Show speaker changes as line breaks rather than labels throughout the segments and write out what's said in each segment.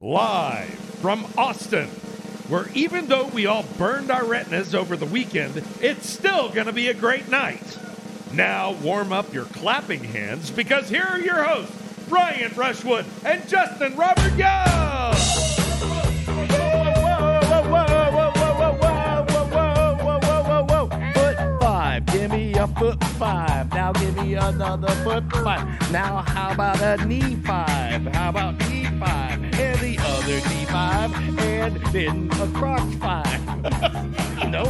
live from Austin, where even though we all burned our retinas over the weekend, it's still going to be a great night. Now, warm up your clapping hands because here are your hosts, Brian Rushwood and Justin Robert Young.
Foot five, give me a foot five. Now give me another foot five. Now how about a knee five? How about knee five? And the other knee five, and then a crotch five. nope.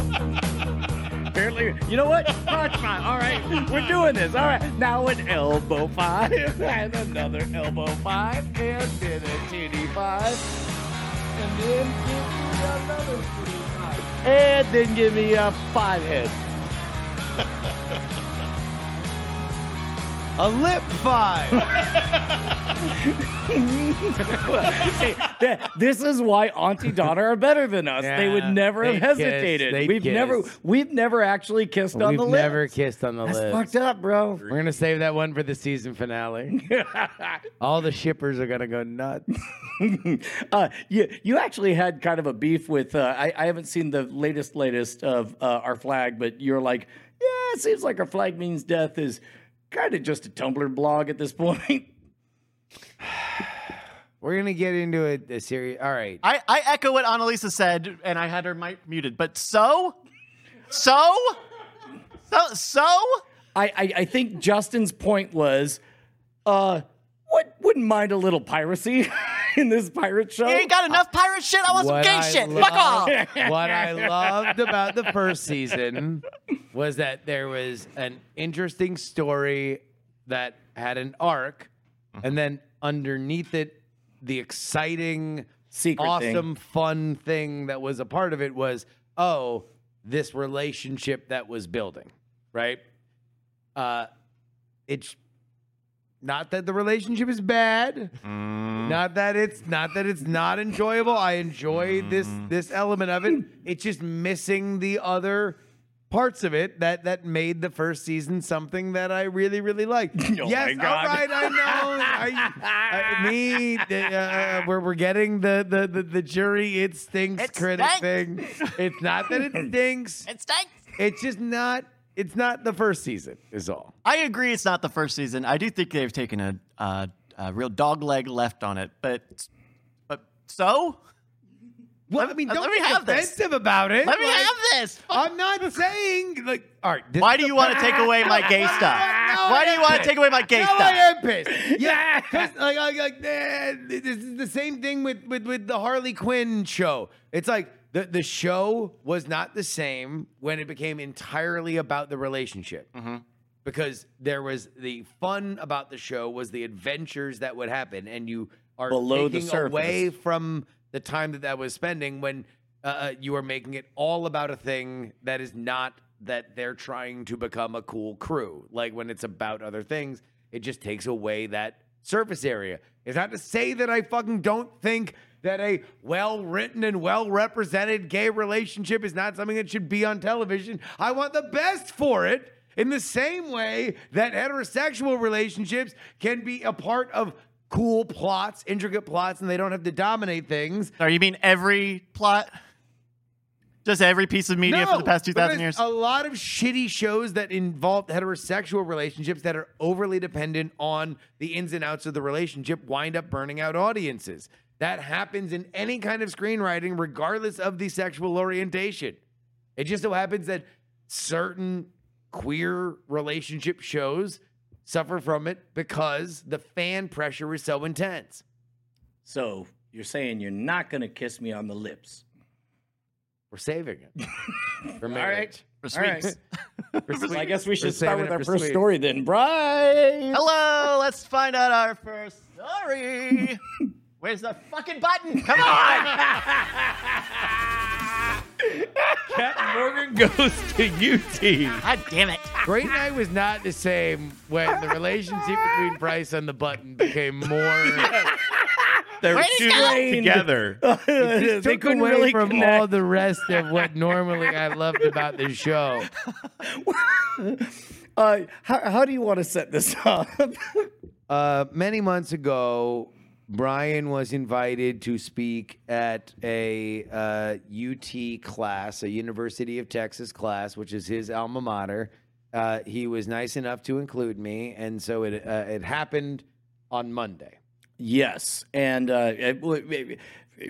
Apparently, you know what? Crotch five. All right, we're doing this. All right, now an elbow five, and another elbow five, and then a titty five, and then give me another titty five, and then give me a five head.
A lip five.
See, th- this is why auntie donna are better than us they would
Yeah,
never have
they kiss,
hesitated
they
we've
kiss.
never we've never actually kissed on
We've
the lips
never kissed on the
that's
lips.
fucked up bro
We're gonna save that one for the season finale. All the shippers are gonna go nuts.
uh, you, you actually had kind of a beef with uh, I, I haven't seen the latest latest of uh, our flag but you're like yeah it seems like our flag means death is kind of just a tumblr blog at this point
We're gonna get into a, a series. All right.
I, I echo what Annalisa said, and I had her mic muted. But so, so, so, so.
I, I, I think Justin's point was, uh, what wouldn't mind a little piracy in this pirate show?
You ain't got enough pirate shit. I want some gay shit.
lo-
Fuck off.
What I loved about the first season was that there was an interesting story that had an arc, and then underneath it, the exciting,
Secret thing.
awesome, fun thing that was a part of it was oh, this relationship that was building, right? Uh, it's not that the relationship is bad
Mm.
not that it's not that it's not enjoyable i enjoy
Mm.
this this element of it it's just missing the other parts of it that that made the first season something that i really really liked
Oh my
yes
God.
all right i know I, I, me the, uh, we're, we're getting the, the the the jury it stinks
It
critic
stinks.
thing it's not that it stinks
It stinks.
it's just not it's not the first season is all
I agree. It's not the first season. I do think they've taken a, uh, a real dog leg left on it. But, but so.
well, I mean,
uh, let
don't
me
be
have this.
offensive about it.
Let me
Like,
have this. Fuck.
I'm not saying like. All right. this
Why
is
do
the
you want to
part-
take away my gay
No,
stuff?
no,
Why do
I
you
am
want to
pissed.
take away my gay
no, I
stuff?
am pissed. Yeah, 'cause, like, like, like eh, this is the same thing with, with with the Harley Quinn show. It's like the the show was not the same when it became entirely about the relationship.
Mm-hmm.
Because there was the fun about the show was the adventures that would happen, and you are
Below the
taking
surface.
away from the time that that was spending when uh, uh, you are making it all about a thing that is not that they're trying to become a cool crew. Like when it's about other things, it just takes away that surface area. It's not to say that I fucking don't think that a well written and well represented gay relationship is not something that should be on television. I want the best for it. In the same way that heterosexual relationships can be a part of cool plots, intricate plots, and they don't have to dominate things.
Sorry, you mean every plot? Just every piece of media for the past two thousand
because
years.
A lot of shitty shows that involve heterosexual relationships that are overly dependent on the ins and outs of the relationship wind up burning out audiences. That happens in any kind of screenwriting, regardless of the sexual orientation. It just so happens that certain queer relationship shows suffer from it because the fan pressure is so intense.
So you're saying you're not going to kiss me on the lips?
We're saving it for
All right.
marriage.
For
All right.
sweets.
So I guess we
We're
should start
saving
with
it
our
for
first
sweet.
story then,
Oh.
Brian.
Hello, let's find out our first story. Where's the fucking button? Come on!
Captain Morgan goes to UT.
God damn it.
Great night was not the same when
Oh
the relationship between Bryce and the button became more.
They're
Way to
too
go.
together.
they
Took
couldn't
away
really
from
connect.
all the rest of what normally I loved about the show.
uh, how, how do you want to set this up?
Uh, many months ago, Brian was invited to speak at a uh, UT class, a University of Texas class, which is his alma mater. Uh, he was nice enough to include me, and so it uh, it happened on Monday.
Yes, and uh, it, w- w-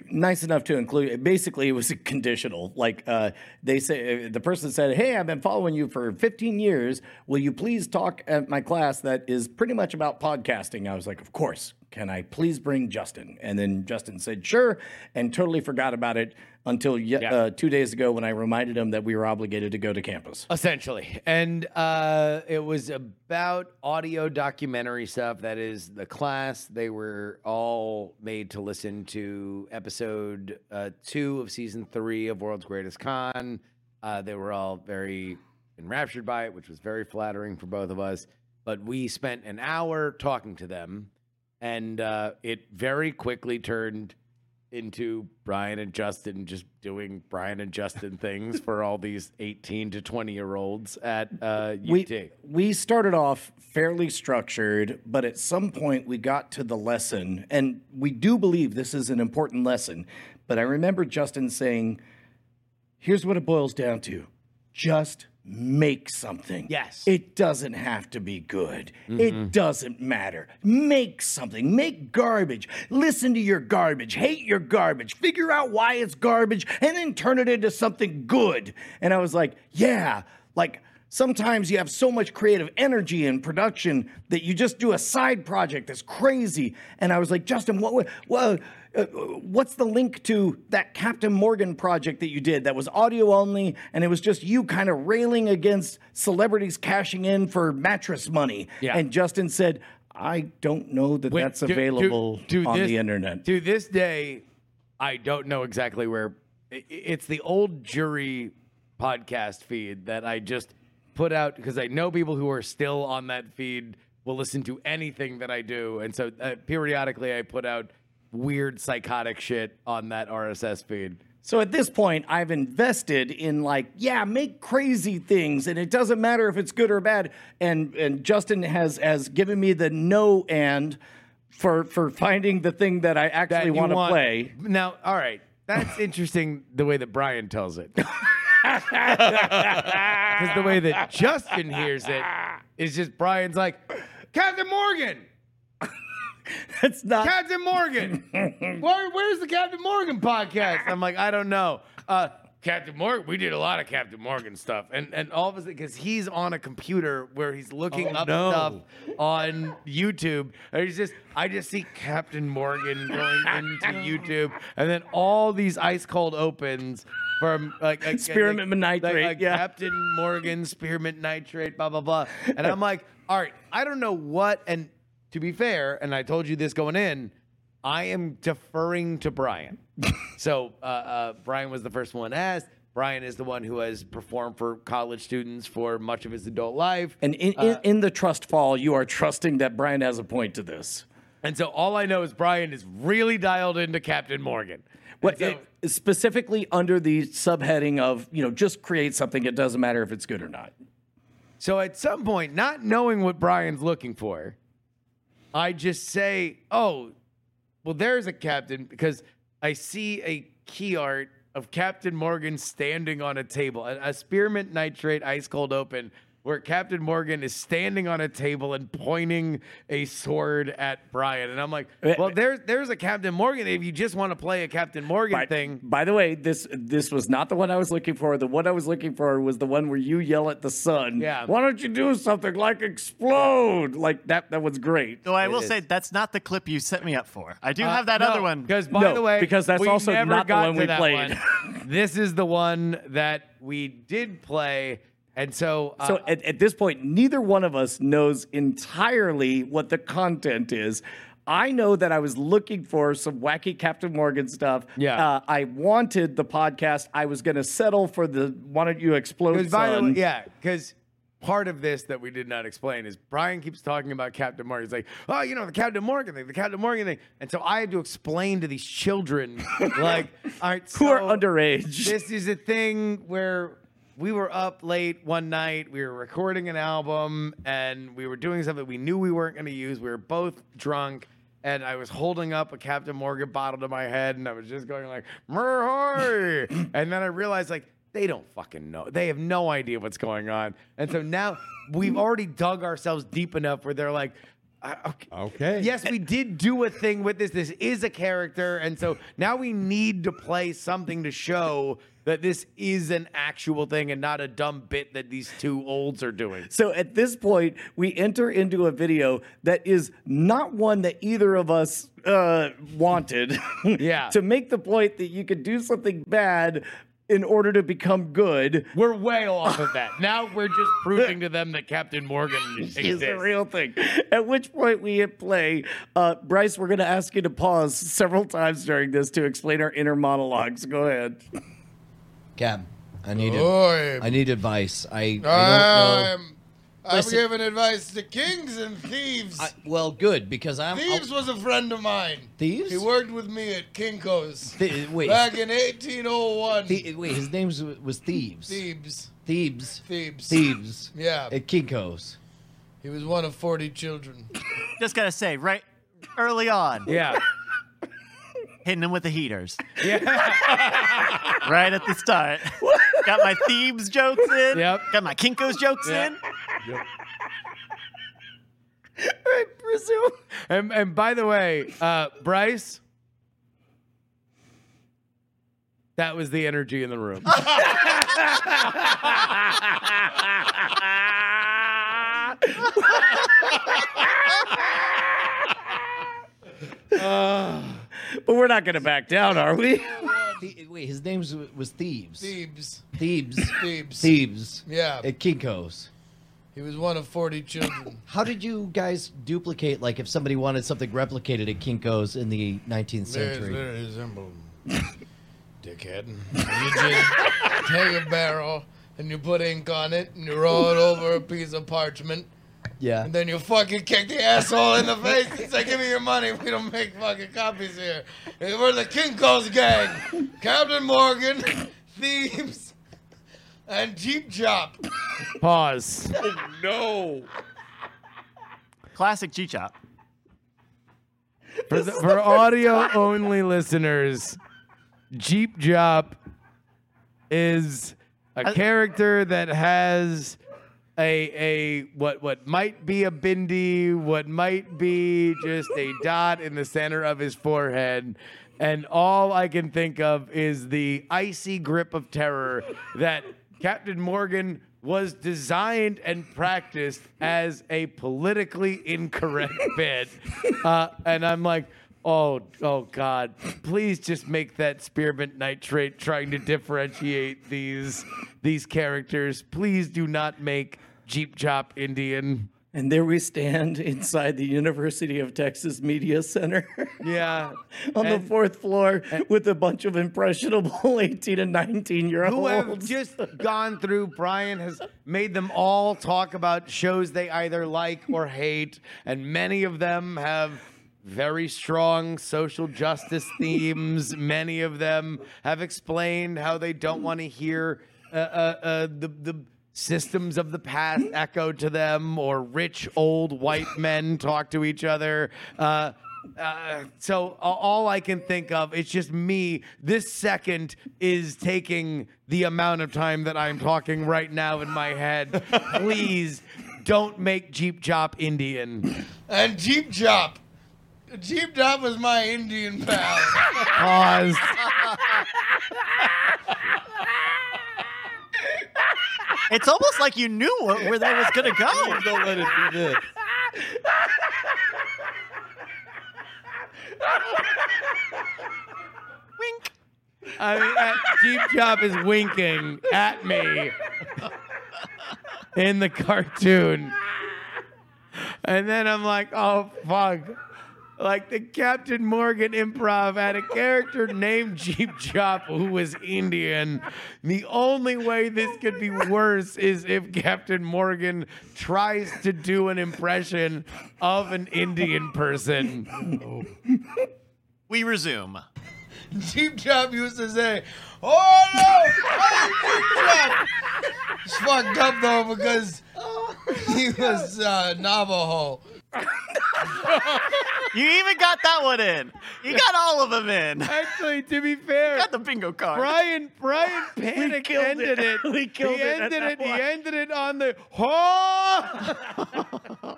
nice enough to include. Basically, it was a conditional. Like uh, they say, the person said, "Hey, I've been following you for 15 years. Will you please talk at my class that is pretty much about podcasting?" I was like, "Of course." Can I please bring Justin? And then Justin said, "Sure," and totally forgot about it until ye- uh, two days ago when I reminded him that we were obligated to go to campus.
Essentially. And uh, it was about audio documentary stuff. That is the class. They were all made to listen to episode uh, two of season three of World's Greatest Con. Uh, they were all very enraptured by it, which was very flattering for both of us. But we spent an hour talking to them, and uh, it very quickly turned into Brian and Justin just doing Brian and Justin things for all these 18 to 20 year olds at uh, UT.
we, we started off fairly structured, but at some point we got to the lesson, and we do believe this is an important lesson. But I remember Justin saying, Here's what it boils down to just make something.
Yes.
It doesn't have to be good, it doesn't matter. Make something, make garbage, listen to your garbage, hate your garbage, figure out why it's garbage, and then turn it into something good. And I was like, Yeah, like, Sometimes you have so much creative energy in production that you just do a side project that's crazy. And I was like, Justin, what, would- what, uh, what's the link to that Captain Morgan project that you did that was audio only and it was just you kind of railing against celebrities cashing in for mattress money?
Yeah.
And Justin said, I don't know that
Wait,
that's
do- do-
available
do
on
this-
the internet.
To this day, I don't know exactly where. i- i- It's the old jury podcast feed that I just put out because I know people who are still on that feed will listen to anything that I do, and so uh, periodically I put out weird psychotic shit on that RSS feed.
So at this point, I've invested in like, yeah, make crazy things, and it doesn't matter if it's good or bad. And and Justin has has given me the no and for for finding the thing that I
that
actually
you
want to play.
Now, all right, that's interesting the way that Brian tells it. Because the way that Justin hears it is just Brian's like, Captain Morgan,
That's not
Captain Morgan, Where, where's the Captain Morgan podcast? I'm like, I don't know. Uh, Captain Morgan, we did a lot of Captain Morgan stuff, and and all of us because he's on a computer where he's looking up stuff on YouTube. And he's just, I just see Captain Morgan going into YouTube, and then all these ice cold opens from like like- like-
Spearmint nitrate, yeah.
Captain Morgan, spearmint nitrate, blah blah blah. And I'm like, all right, I don't know what. And to be fair, and I told you this going in, I am deferring to Brian. so uh, uh, Brian was the first one asked. Brian is the one who has performed for college students for much of his adult life.
And in,
uh,
in, in the trust fall, you are trusting that Brian has a point to this.
And so all I know is Brian is really dialed into Captain Morgan.
What,
And so-
specifically under the subheading of you know just create something. It doesn't matter if it's good or not.
So at some point, not knowing what Brian's looking for, I just say, "Oh, well, there's a captain," because I see a key art of Captain Morgan standing on a table, a, a spearmint nitrate ice cold open, where Captain Morgan is standing on a table and pointing a sword at Brian, and I'm like, "Well, there's there's a Captain Morgan. If you just want to play a Captain Morgan
By-
thing,
By the way, this this was not the one I was looking for. The one I was looking for was the one where you yell at the sun.
Yeah.
Why don't you do something like explode? Like that. That was great.
Though I will
is. Uh,
say that's not the clip you set me up for. I do have that other one.
Because by
No,
the way,
because that's
we
also
never
not the
got
one
to
we
that
played.
one. this is the one that we did play, and so, uh,
So at, at this point, neither one of us knows entirely what the content is. I know that I was looking for some wacky Captain Morgan stuff.
Yeah.
Uh, I wanted the podcast. I was going to settle for the why don't you explode?
'cause by the way,
Sun.
yeah, because part of this that we did not explain is Brian keeps talking about Captain Morgan. He's like, oh, you know, the Captain Morgan thing, the Captain Morgan thing, and so I had to explain to these children, like, all right,
Who are
so-
underage?
this is a thing where we were up late one night. We were recording an album and we were doing something we knew we weren't going to use. We were both drunk. and I was holding up a Captain Morgan bottle to my head, and I was just going like, "Murhoy!" and then I realized like they don't fucking know. They have no idea what's going on, and so now we've already dug ourselves deep enough where they're like. I- Okay.
Okay.
Yes, we did do a thing with this. This is a character, and so now we need to play something to show that this is an actual thing and not a dumb bit that these two olds are doing.
So at this point, we enter into a video that is not one that either of us uh, wanted.
Yeah.
to make the point that you could do something bad in order to become good
We're way off of that. Now we're just proving to them that Captain Morgan
is
exists.
the real thing. At which point we hit play. Uh, Bryce, we're going to ask you to pause several times during this to explain our inner monologues. Go ahead.
Cab, I need
Oi.
it. I need advice. I, I don't know.
I'm, I'm
Listen.
giving advice to kings and thieves.
I, well, good because I'm
thieves was a friend of mine.
Thieves?
He worked with me at Kinko's
Thi- wait,
back in 1801.
Thi- wait. His name was, was Thieves.
Thieves.
Thieves.
Thieves.
Thieves.
Yeah.
At Kinko's.
He was one of 40 children.
Just gotta say, right early on,
Yeah.
hitting them with the heaters. Yeah. right at the start. Got my Thebes jokes in.
Yep.
Got my Kinko's jokes
Yep.
in.
I presume. And, and by the way, uh, Bryce, that was the energy in the room.
But we're not going to back down, are we?
Thi- wait. His name was, was Thieves.
Thieves.
Thieves.
Thieves.
Thieves.
Yeah.
At Kinko's.
He was one of 40 children.
How did you guys duplicate? Like, if somebody wanted something replicated at Kinko's in the 19th
Very,
century,
very resemble him. Dickhead. You just take a barrel and you put ink on it and you roll it over a piece of parchment.
yeah.
And then you fucking kick the asshole in the face and say, give me your money. We don't make fucking copies here. We're the Kinko's gang. Captain Morgan, Thieves, and Jeep Chop.
Pause.
No.
Classic G Chop.
For, the- for audio only listeners, Jeep Jop is a character that has a a what what might be a bindi, what might be just a dot in the center of his forehead. And all I can think of is the icy grip of terror that Captain Morgan was designed and practiced as a politically incorrect bit. Uh, and I'm like, oh, oh God, please just make that spearmint nitrate trying to differentiate these these characters. Please do not make Jeep Chop Indian.
And there we stand inside the University of Texas Media Center
Yeah.
on
And-
the fourth floor with a bunch of impressionable 18 and 19 year
who have
olds.
just gone through. Brian has made them all talk about shows they either like or hate, and many of them have very strong social justice themes. Many of them have explained how they don't want to hear uh, uh, uh, the the. Systems of the past echo to them, or rich old white men talk to each other. Uh, uh, so a- all I can think of it's just me. This second is taking the amount of time that I'm talking right now in my head. Please don't make Jeep Chop Indian.
And Jeep Chop. Jeep Chop was my Indian pal.
Pause.
It's almost like you knew where, where that was gonna go.
Don't let it be this.
I mean, uh, Jeep Chop is winking at me in the cartoon. And then I'm like, oh, fuck. Like the Captain Morgan improv had a character named Jeep Chop who was Indian. The only way this could be worse is if Captain Morgan tries to do an impression of an Indian person.
We resume.
Jeep Chop used to say, Oh no! Oh, Jeep Chop! It's fucked up though because he was uh, Navajo.
You even got that one in. You got all of them in. You
Actually, to be fair,
got the bingo card.
Brian Brian Panic
killed
ended
it.
it.
We killed
he
it at
ended
that
it. He
one.
ended it on the oh.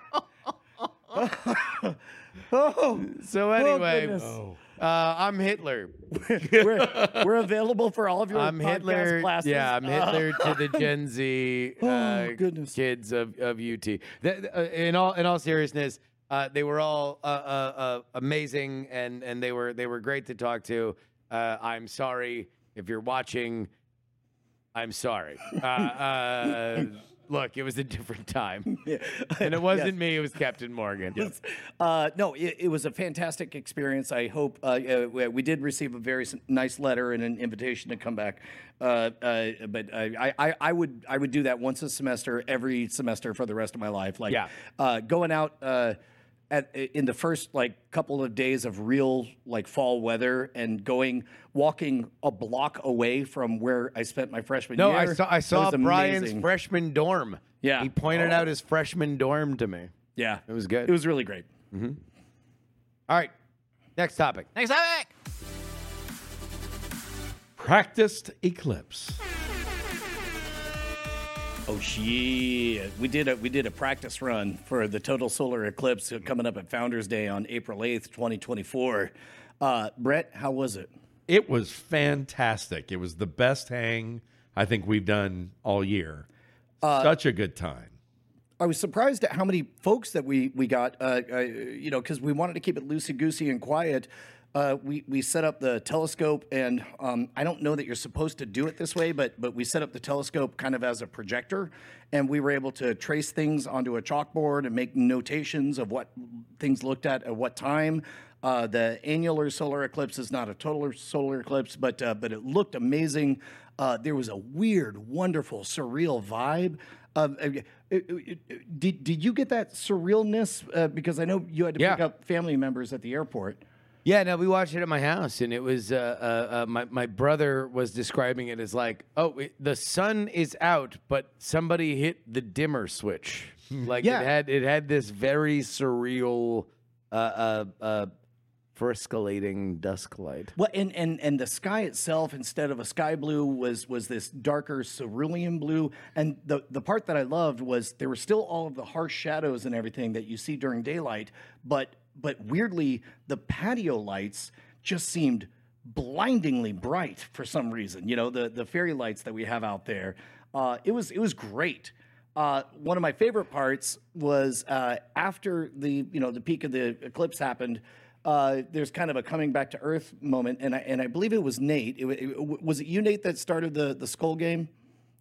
Oh,
So anyway,
goodness.
uh, I'm Hitler.
we're, we're available for all of your
I'm
podcast
Hitler.
classes.
Yeah, I'm
Uh,
Hitler to the Gen Z
Oh,
uh,
goodness.
kids of, of UT. Th- uh, in all in all seriousness, uh, they were all uh, uh, uh, amazing and and they were they were great to talk to. Uh, I'm sorry if you're watching. I'm sorry. Uh, uh, look, it was a different time, and it wasn't me. It was Captain Morgan.
Uh, no, it, it was a fantastic experience. I hope uh, uh, we- we did receive a very s- nice letter and an invitation to come back. Uh, uh, but I, I, I would I would do that once a semester, every semester for the rest of my life. Like
Yeah.
uh, going out uh, at in the first like couple of days of real like fall weather and going walking a block away from where I spent my freshman
No,
year.
I saw I
That
saw
was
Brian's
amazing.
freshman dorm.
Yeah.
he pointed out his freshman dorm to me.
yeah,
It was good.
It was really great.
All right, next topic.
Next topic.
Practiced eclipse.
Oh shit! We did a we did a practice run for the total solar eclipse coming up at Founder's Day on April eighth, twenty twenty four. Uh, Brett, how was it?
It was fantastic. It was the best hang I think we've done all year.
Uh,
Such a good time.
I was surprised at how many folks that we we got. Uh, uh, you know, because we wanted to keep it loosey goosey and quiet. Uh, we we set up the telescope, and um, I don't know that you're supposed to do it this way, but but we set up the telescope kind of as a projector, and we were able to trace things onto a chalkboard and make notations of what things looked at at what time. Uh, the annular solar eclipse is not a total solar eclipse, but uh, but it looked amazing. Uh, there was a weird, wonderful, surreal vibe. Um, uh, uh, uh, did did you get that surrealness? Uh, because I know you had to pick
Yeah.
up family members at the airport.
Yeah, no, we watched it at my house, and it was uh, uh, uh, my my brother was describing it as like, oh, it, the sun is out, but somebody hit the dimmer switch. Like
Yeah.
it had it had this very surreal, uh, uh, uh, frisculating dusk light.
Well, and, and and the sky itself, instead of a sky blue, was was this darker cerulean blue. And the the part that I loved was there were still all of the harsh shadows and everything that you see during daylight, but but weirdly, the patio lights just seemed blindingly bright for some reason. You know, the the fairy lights that we have out there. Uh, it was it was great. Uh, one of my favorite parts was uh, after the you know the peak of the eclipse happened. Uh, there's kind of a coming back to earth moment, and I and I believe it was Nate. It, wa- it wa- was it you, Nate, that started the the skull game?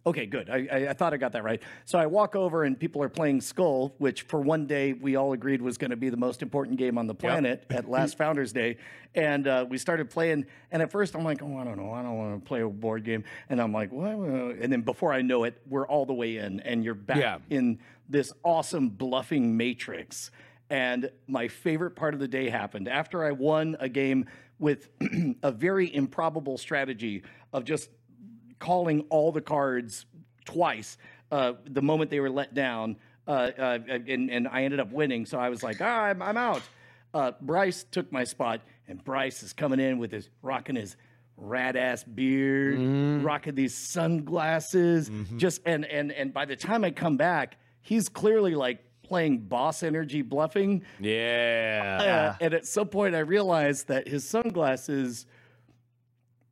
Okay, good. I, I, I thought I got that right. So I walk over and people are playing Skull, which for one day we all agreed was going to be the most important game on the planet at last Founders Day. And uh, we started playing. And at first I'm like, oh, I don't know. I don't want to play a board game. And I'm like, what? And then before I know it, we're all the way in and you're back
Yeah.
in this awesome bluffing matrix. And my favorite part of the day happened after I won a game with a very improbable strategy of just calling all the cards twice uh, the moment they were let down, uh, uh, and, and I ended up winning. So I was like, ah, I'm, I'm out. Uh, Bryce took my spot, and Bryce is coming in with his rocking his rad ass beard, rocking these sunglasses. Just and and and by the time I come back, he's clearly like playing boss energy bluffing.
Yeah,
Uh, and at some point, I realized that his sunglasses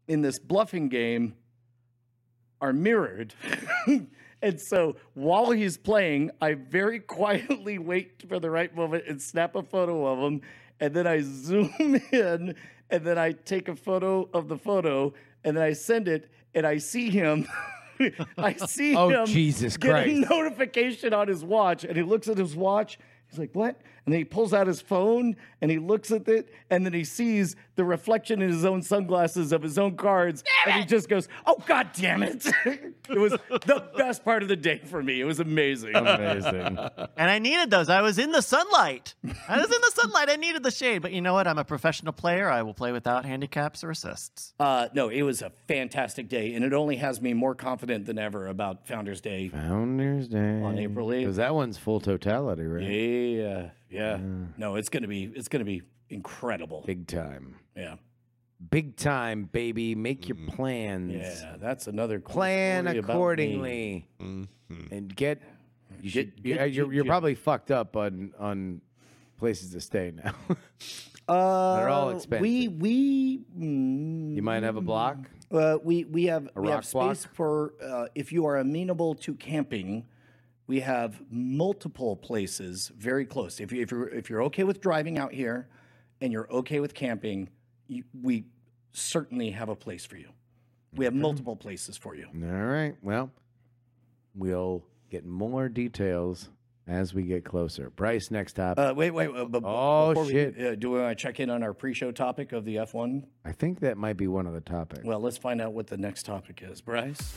in this bluffing game are mirrored. and so while he's playing, I very quietly wait for the right moment and snap a photo of him. And then I zoom in and then I take a photo of the photo and then I send it and I see him. I see
Oh,
him
Jesus
get a
Christ.
notification on his watch and he looks at his watch. He's like, what? And then he pulls out his phone and he looks at it and then he sees the reflection in his own sunglasses of his own cards and he just goes, oh, God damn it. it was the best part of the day for me. It was amazing.
Uh-huh. amazing.
And I needed those. I was in the sunlight. I was in the sunlight. I needed the shade. But you know what? I'm a professional player. I will play without handicaps or assists.
Uh, no, it was a fantastic day and it only has me more confident than ever about Founders Day.
Founders Day on
April 8th.
Because that one's full totality, right?
Yeah, yeah. No, it's gonna be it's gonna be incredible.
Big time.
Yeah.
Big time, baby. Make your plans.
Yeah, that's another cool
Plan
story about me.
accordingly and get. You should,
get-
you're, you're,
get-
you're
get-
probably fucked up on on places to stay now.
Uh,
They're all expensive.
We we mm,
you might have a block.
uh, we we have we
rock
have
block?
space for uh, if you are amenable to camping. We have multiple places very close. If you if you're if you're okay with driving out here, and you're okay with camping, you, we certainly have a place for you. We have multiple places for you.
All right. Well, we'll get more details as we get closer. Bryce, next topic.
Uh, wait, wait. Uh, b- b-
Oh,
before we-
shit.
uh, do we want to check in on our pre-show topic of the F1?
I think that might be one of the topics.
Well, let's find out what the next topic is, Bryce.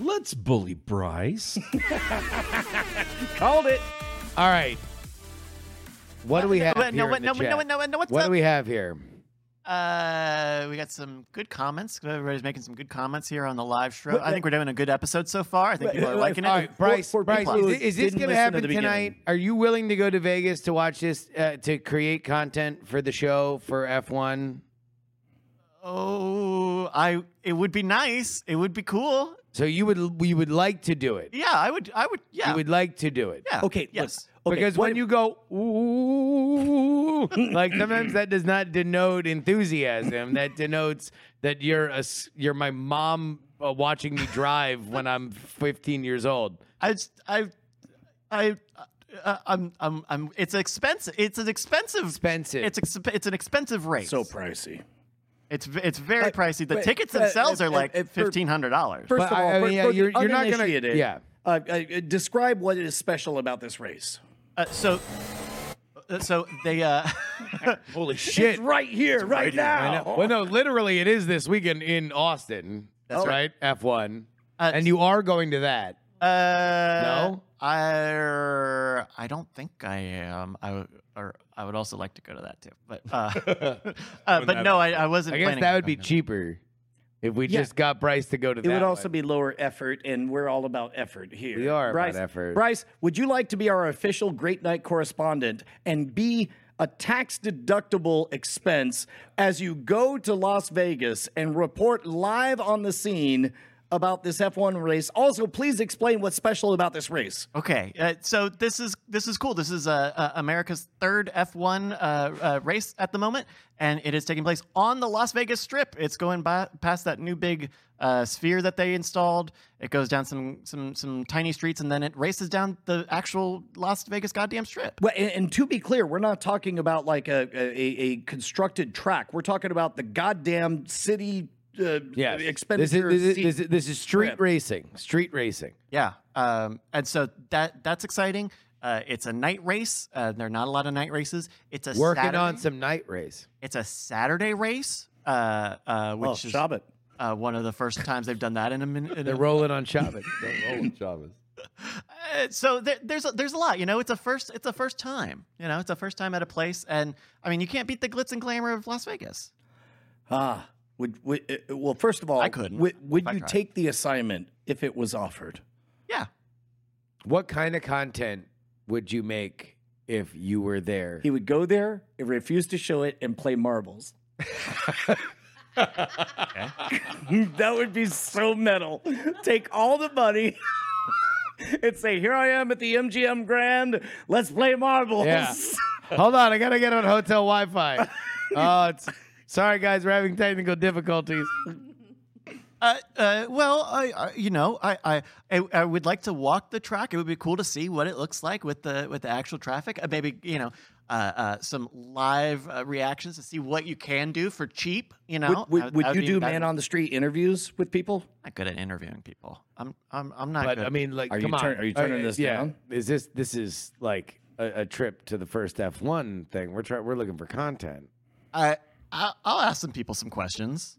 Let's bully Bryce.
Called it. All right. What do we have
Wait,
here?
no,
in
wait,
the
no, wait, no,
chat?
wait, no, wait, no, what's
what
up?
do we have here?
Uh, we got some good comments. Everybody's making some good comments here on the live show. I think we're doing a good episode so far. I think people are liking it.
All right, Bryce.
for
Bryce,
people
is,
who
thi- is this
didn't
going to
listen to
happen
the
tonight?
beginning.
Are you willing to go to Vegas to watch this uh, to create content for the show for F1?
Oh, I. It would be nice. It would be cool.
So you would we would like to do it.
Yeah, I would. I would. Yeah.
You would like to do it.
yeah.
Okay,
Yes.
look. Okay,
because
what-
when you go ooh, like sometimes that does not denote enthusiasm. That denotes that you're a s- you're my mom uh, watching me drive when I'm 15 years old.
I. just- I. I. Uh, I'm. I'm. I'm. It's expensive. It's an expensive.
Expensive.
It's exp- It's an expensive race.
so pricey.
It's v- it's very pricey. The
but-
tickets
uh,
themselves
uh,
are like
uh, uh, for-
fifteen hundred dollars.
First
But
of all,
I- I
for-
mean, yeah,
for the
you're- you're not gonna-
uninitiated,
yeah.
Uh, uh, describe what is special about this race.
Uh, so, uh, so they. Uh,
Holy shit!
It's right here, right, now.
Well, no, literally, it is this weekend in Austin. That's right, F1,
Uh,
and you are going to that.
uh,
No?
I I don't think I am. I w- or I would also like to go to that too, but uh, uh, but no, I, I wasn't.
I guess
planning
that
on
would be
going.
cheaper if we
Yeah.
just got Bryce to go to
It
that.
would also
one.
be lower effort, and we're all about effort here.
We are about
Bryce,
effort.
Bryce, would you like to be our official Great Night correspondent and be a tax deductible expense as you go to Las Vegas and report live on the scene about this F1 race? Also, please explain what's special about this race.
Okay, uh, so this is this is cool. This is uh, uh, America's third F1 uh, uh, race at the moment, and it is taking place on the Las Vegas Strip. It's going by, past that new big uh, sphere that they installed. It goes down some some some tiny streets, and then it races down the actual Las Vegas goddamn strip.
Well, and, and to be clear, we're not talking about like a a, a constructed track. We're talking about the goddamn city uh,
Yes.
expenditure.
This is,
seat.
this, is, this, is, this is street
Trip.
racing. Street racing.
Yeah, um, and so that that's exciting. Uh, it's a night race. Uh, there are not a lot of night races. It's a
Working on
Saturday-
some night race.
It's a Saturday race, uh, uh, which
oh,
is
Shabbat.
uh, one of the first times they've done that in a minute.
They're rolling on Chavez. They're rolling Chavez.
Uh, so there, there's a, there's a lot, you know. It's a first it's a first time, you know. It's a first time at a place, and I mean, you can't beat the glitz and glamour of Las Vegas.
Ah, would, would uh, well, first of all,
I couldn't,
Would, would
if I
you
tried.
take the assignment if it was offered?
Yeah,
What kind of content would you make if you were there?
He would go there, and refuse to show it, and play marbles. that would be so metal. Take all the money. And say, here I am at the MGM Grand. Let's play marbles.
Yeah. Hold on, I gotta get on hotel Wi-Fi. Oh, it's sorry guys, we're having technical difficulties.
Uh, uh, well, I, I, you know, I, I, I, I would like to walk the track. It would be cool to see what it looks like with the with the actual traffic. Uh, maybe you know, uh, uh, some live uh, reactions to see what you can do for cheap. You know,
Would, would,
I- I
would you
be-
do
that-
man on the street interviews with people?
I'm not good at interviewing people. I'm I'm I'm not.
But
good.
I mean, like,
Are you
come on,
turn- are you turning this
Uh, yeah.
down?
Is this this is like a, a trip to the first F1 thing? We're trying. We're looking for content.
I, I I'll ask some people some questions.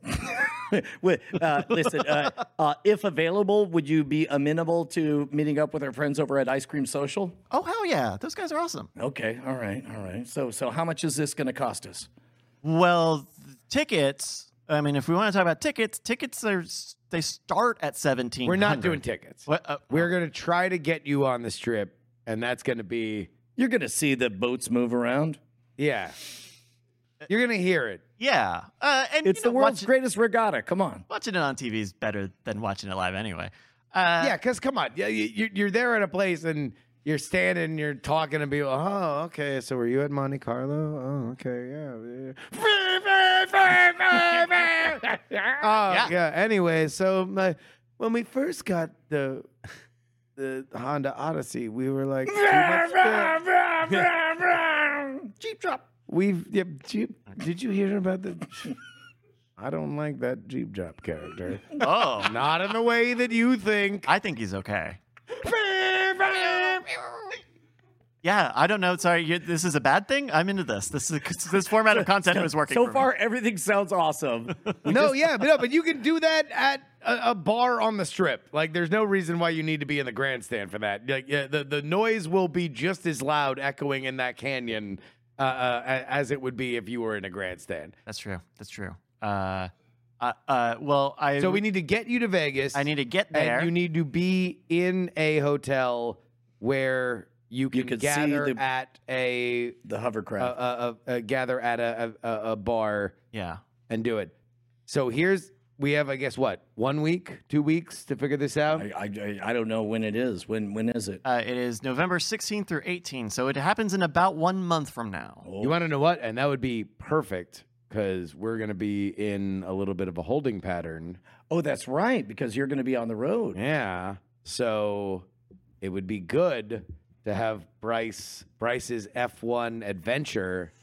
Wi- uh, listen, uh, uh, if available, would you be amenable to meeting up with our friends over at Ice Cream Social?
Oh hell yeah, those guys are awesome.
Okay, all right, all right. So, so how much is this going to cost us?
Well, th- tickets. I mean, if we want to talk about tickets, tickets are s- they start at seventeen.
We're not doing tickets.
What, uh,
We're gonna try to get you on the strip, and that's gonna be
You're going to see the boats move around.
Yeah. You're going to hear it.
Yeah, uh, and
It's
you
the
know,
world's
watch-
greatest regatta. Come on.
watching it on TV is better than watching it live anyway. Uh,
Yeah, because come on, yeah, you- you- you're there at a place and you're standing, you're talking to people. Oh, okay. So were you at Monte Carlo? Oh, okay. Yeah. oh, yeah.
Yeah.
Anyway, so my, when we first got the the Honda Odyssey, we were like, too much to-
Cheap drop.
we've yeah, Jeep. Did you hear about the? I don't like that Jeep Drop character.
Oh,
Not in the way that you think.
I think he's okay. Yeah, I don't know. Sorry, you this is a bad thing. I'm into this. This is this format of content is working. for
So
me.
far, everything sounds awesome.
no, yeah, but no, but you can do that at a, a bar on the strip. Like, there's no reason why you need to be in the grandstand for that. Like, yeah, the the noise will be just as loud echoing in that canyon uh, uh, a- as it would be if you were in a grandstand.
that's true. That's true. Uh, uh, uh, well, I
So we need to get you to Vegas.
I need to get there.
and you need to be in a hotel where you can,
can see
gather
the-
at a
The
uh,
hovercraft.
uh, uh, uh, gather at a, a- a, a bar
yeah,
and do it. So here's we have I guess what one week, two weeks to figure this out.
I, I, I don't know when it is. When when is it?
uh, it is November 16th through 18th, so it happens in about one month from now.
Oh.
You want to know what? And that would be perfect because we're going to be in a little bit of a holding pattern.
Oh, that's right, because you're going to be on the road.
Yeah. So it would be good to have Bryce Bryce's F1 adventure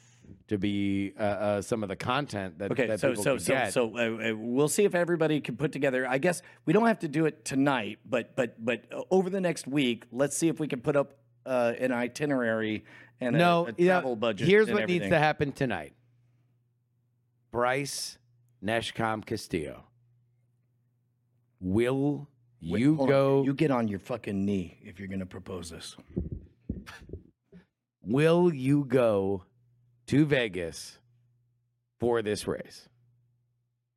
to be uh, uh, some of the content that,
Okay,
that
so
people
so
could
so
get.
so uh, uh, we'll see if everybody can put together. I guess we don't have to do it tonight, but but but uh, over the next week, let's see if we can put up uh, an itinerary and a-
no
a,
you know,
travel budget.
Here's
and
what needs
everything.
to happen tonight. Bryce Neshcom Castillo. Will
Wait,
you
hold on.
go
You get on your fucking knee if you're going to propose this.
will you go to Vegas for this race?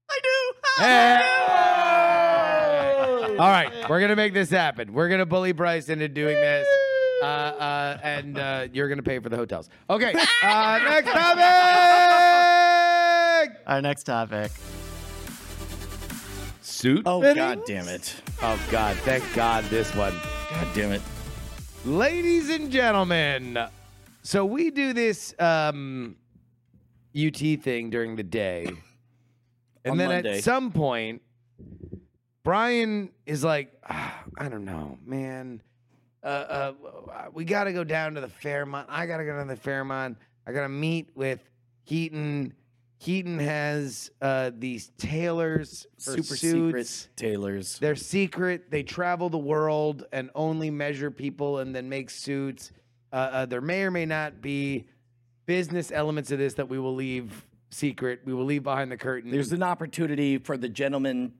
I do.
All right, we're gonna make this happen. We're gonna bully Bryce into doing this, uh, uh, and uh, you're gonna pay for the hotels. Okay, uh, next topic.
Our next topic.
Suit.
Oh
fittings?
god damn it!
Oh God! Thank God this one,
God damn it!
ladies and gentlemen. So we do this um, UT thing during the day. And
On
then
Monday.
at some point, Brian is like, "Ah, I don't know, man. Uh, uh, we got to go down to the Fairmont. I got to go down to the Fairmont. I got to meet with Heaton. Heaton has uh, these tailors for
Super
suits.
secret tailors.
They're secret. They travel the world and only measure people and then make suits. Uh, uh, there may or may not be business elements of this that we will leave secret. We will leave behind the curtain.
There's an opportunity for the gentleman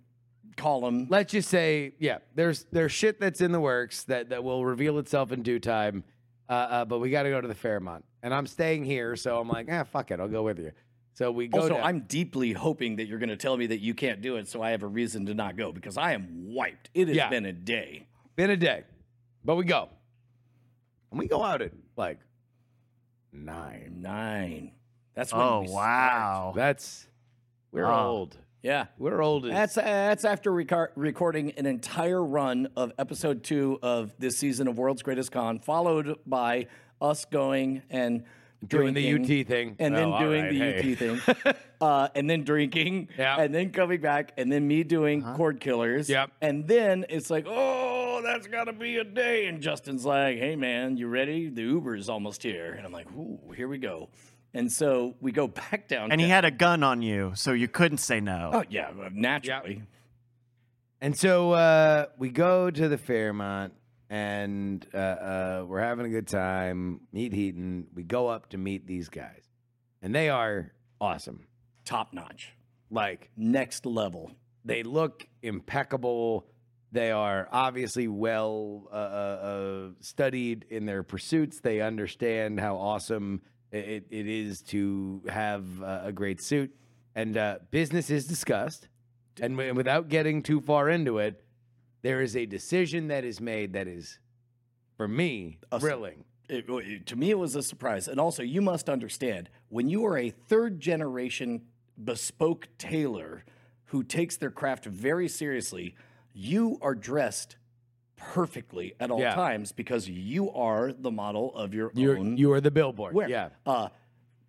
column.
let's just say, yeah, there's there's shit that's in the works that that will reveal itself in due time. Uh, uh, but we got to go to the Fairmont, and I'm staying here, so I'm like, ah, fuck it, I'll go with you. So we go.
Also,
down.
I'm deeply hoping that you're going to tell me that you can't do it, so I have a reason to not go because I am wiped. It has
Yeah.
been a day.
been a day, but we go, and we go out at like nine.
Nine. That's when
Oh
we start.
wow.
That's Ah. we're
Oh.
old.
Yeah.
We're old. As,
That's that's after recar- recording an entire run of episode two of this season of World's Greatest Con, followed by us going and
Doing the
drinking
UT thing.
and
Oh,
then
all
doing
right,
the
hey.
UT thing, uh, and then drinking,
Yeah.
and then coming back, and then me doing cord killers,
Yep.
and then it's like, oh, that's gotta be a day, and Justin's like, hey man, you ready? The Uber's almost here, and I'm like, ooh, here we go, and so we go back down,
And he had a gun on you, so you couldn't say no.
oh yeah, naturally.
And so uh, we go to the Fairmont and uh, uh, we're having a good time. Meet Heaton. We go up to meet these guys, and they are awesome.
top notch,
Like
next level.
they look impeccable. They are obviously well uh, uh, uh, studied in their pursuits. They understand how awesome i- it, it is to have uh, a great suit. And uh, business is discussed. And wi- without getting too far into it, there is a decision that is made that is, for me,
Us-
thrilling.
it, it- to me, it was a surprise. And also, you must understand when you are a third generation bespoke tailor who takes their craft very seriously, you are dressed perfectly at all
Yeah.
times because you are the model of your
You're,
own
you are the billboard.
wear.
Yeah.
Uh,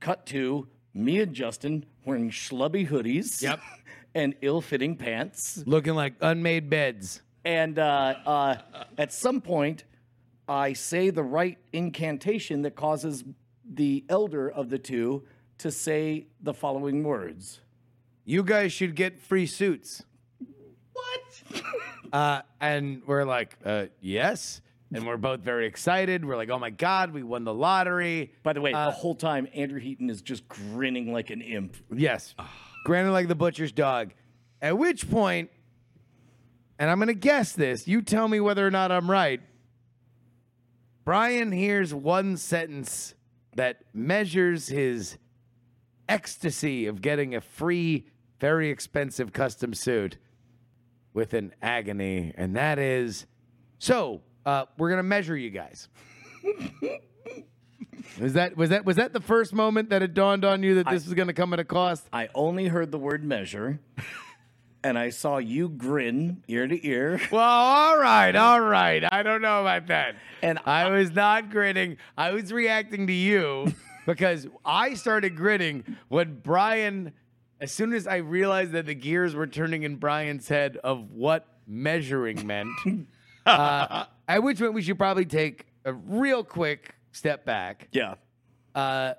cut to me and Justin wearing schlubby hoodies.
Yep.
And ill-fitting pants.
Looking like unmade beds.
And uh, uh, at some point, I say the right incantation that causes the elder of the two to say the following words.
You guys should get free suits.
What?
Uh, and we're like, uh, yes. And we're both very excited. We're like, oh my God, we won the lottery.
By the way,
Uh,
the whole time Andrew Heaton is just grinning like an imp.
Yes. Granted, like the butcher's dog. At which point, and I'm going to guess this, you tell me whether or not I'm right. Brian hears one sentence that measures his ecstasy of getting a free, very expensive custom suit with an agony, and that is so. Uh, we're gonna measure you guys. Was that was that was that the first moment that it dawned on you that this was going to come at a cost?
I only heard the word measure, and I saw you grin ear to ear.
Well, all right, all right. I don't know about that.
And
I was not grinning. I was reacting to you because I started grinning when Brian, as soon as I realized that the gears were turning in Brian's head of what measuring meant, uh, at which point we should probably take a real quick step back.
Yeah.
Uh,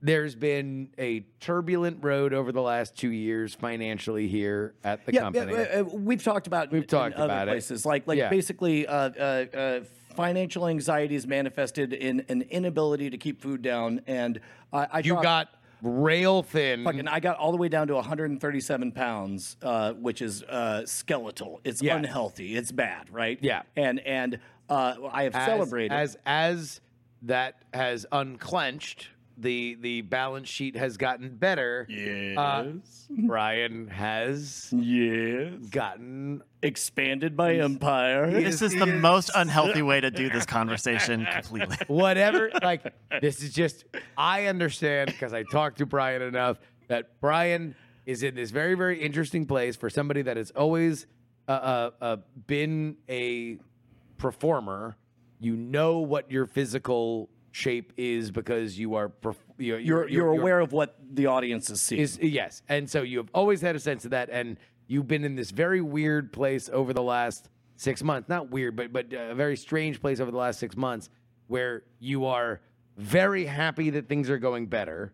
there's been a turbulent road over the last two years financially here at the company.
uh, uh, we've talked about
We've talked
in
about
other
it.
places like like
Yeah.
basically uh, uh, uh, financial anxiety is manifested in an inability to keep food down, and I, I
you
dropped-
got rail thin.
fucking I got all the way down to 137 pounds, uh, which is uh, skeletal. It's
Yeah.
unhealthy. It's bad, right?
Yeah.
and and uh, I have
as,
celebrated.
as as that has unclenched the the balance sheet has gotten better yes brian has
yes,
gotten
expanded my empire.
This is the most unhealthy way to do this conversation completely.
whatever like this is just i understand because i talked to brian enough that brian is in this very very interesting place for somebody that has always uh, uh, uh, been a performer you know what your physical shape is because you are perf- you're,
You're, you're aware of what the audience is seeing.
is yes and so you have always had a sense of that and you've been in this very weird place over the last six months not weird but but uh, a very strange place over the last six months where you are very happy that things are going better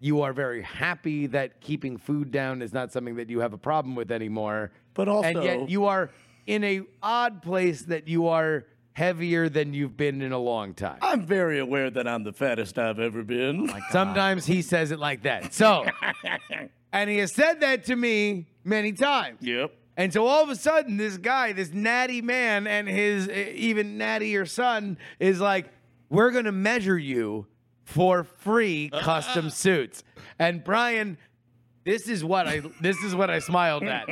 you are very happy that keeping food down is not something that you have a problem with anymore
But
and
also-
yet you are in a odd place that you are heavier than you've been in a long time
I'm very aware that I'm the fattest I've ever
Oh
been.
Sometimes he says it like that. So, and he has said that to me many times.
yep.
And so all of a sudden, this guy, this natty man, and his uh, even nattier son is like, We're going to measure you for free custom suits. And Brian, this is what I this is what I smiled at.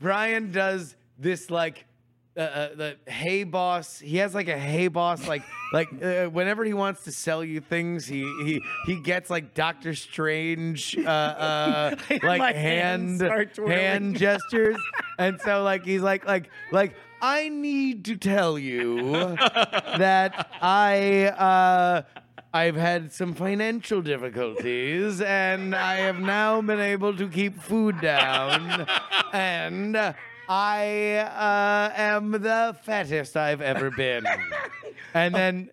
Brian does this like uh, uh, the hey boss. He has like a hey boss like like uh, whenever he wants to sell you things, he he he gets like Doctor Strange uh, uh, like
My hands
hand
start twirling.
hand gestures, and so like he's like like like. I need to tell you that I uh, I've had some financial difficulties, and I have now been able to keep food down, and I uh, am the fattest I've ever been. And then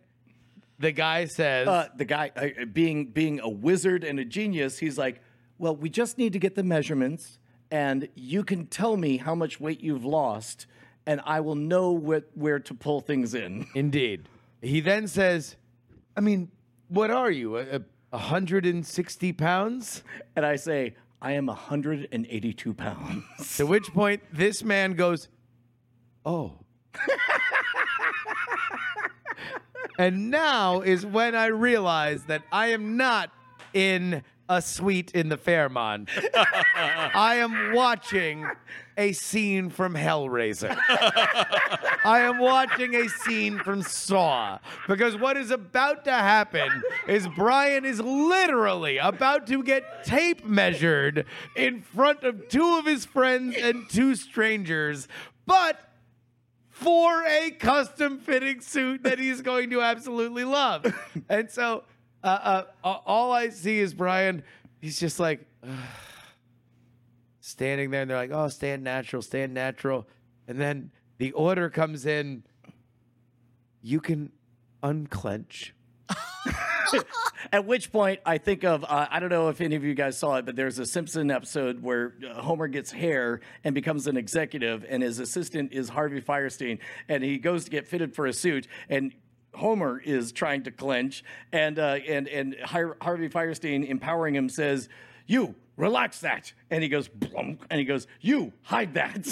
the guy says,
Uh, the guy, uh, being being a wizard and a genius, he's like, "Well, we just need to get the measurements, and you can tell me how much weight you've lost, and I will know what, where to pull things in."
"Indeed." He then says, "I mean, what are you? A, a hundred and sixty pounds?"
And I say, "I am 182 pounds."
To which point, this man goes, Oh. and now is when I realize that I am not in a suite in the Fairmont. I am watching a scene from Hellraiser. I am watching a scene from Saw because what is about to happen is Brian is literally about to get tape measured in front of two of his friends and two strangers, but for a custom fitting suit that he's going to absolutely love. And so uh, uh, a- all I see is Brian, he's just like, standing there and they're like, oh, stand natural, stand natural. And then the order comes in, you can unclench.
At which point, I think of uh, I don't know if any of you guys saw it, but there's a Simpson episode where uh, Homer gets hair and becomes an executive, and his assistant is Harvey Firestein, and he goes to get fitted for a suit, and Homer is trying to clench, and uh, and and Har- Harvey Firestein empowering him says, "You." Relax that, and he goes, Blunk, and he goes, "You hide that,"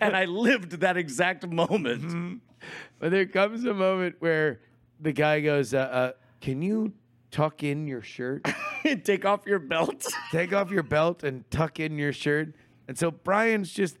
and I lived that exact moment.
But there comes a moment where the guy goes, uh, uh, can you tuck in your shirt?
Take off your belt.
Take off your belt and tuck in your shirt. And so Brian's just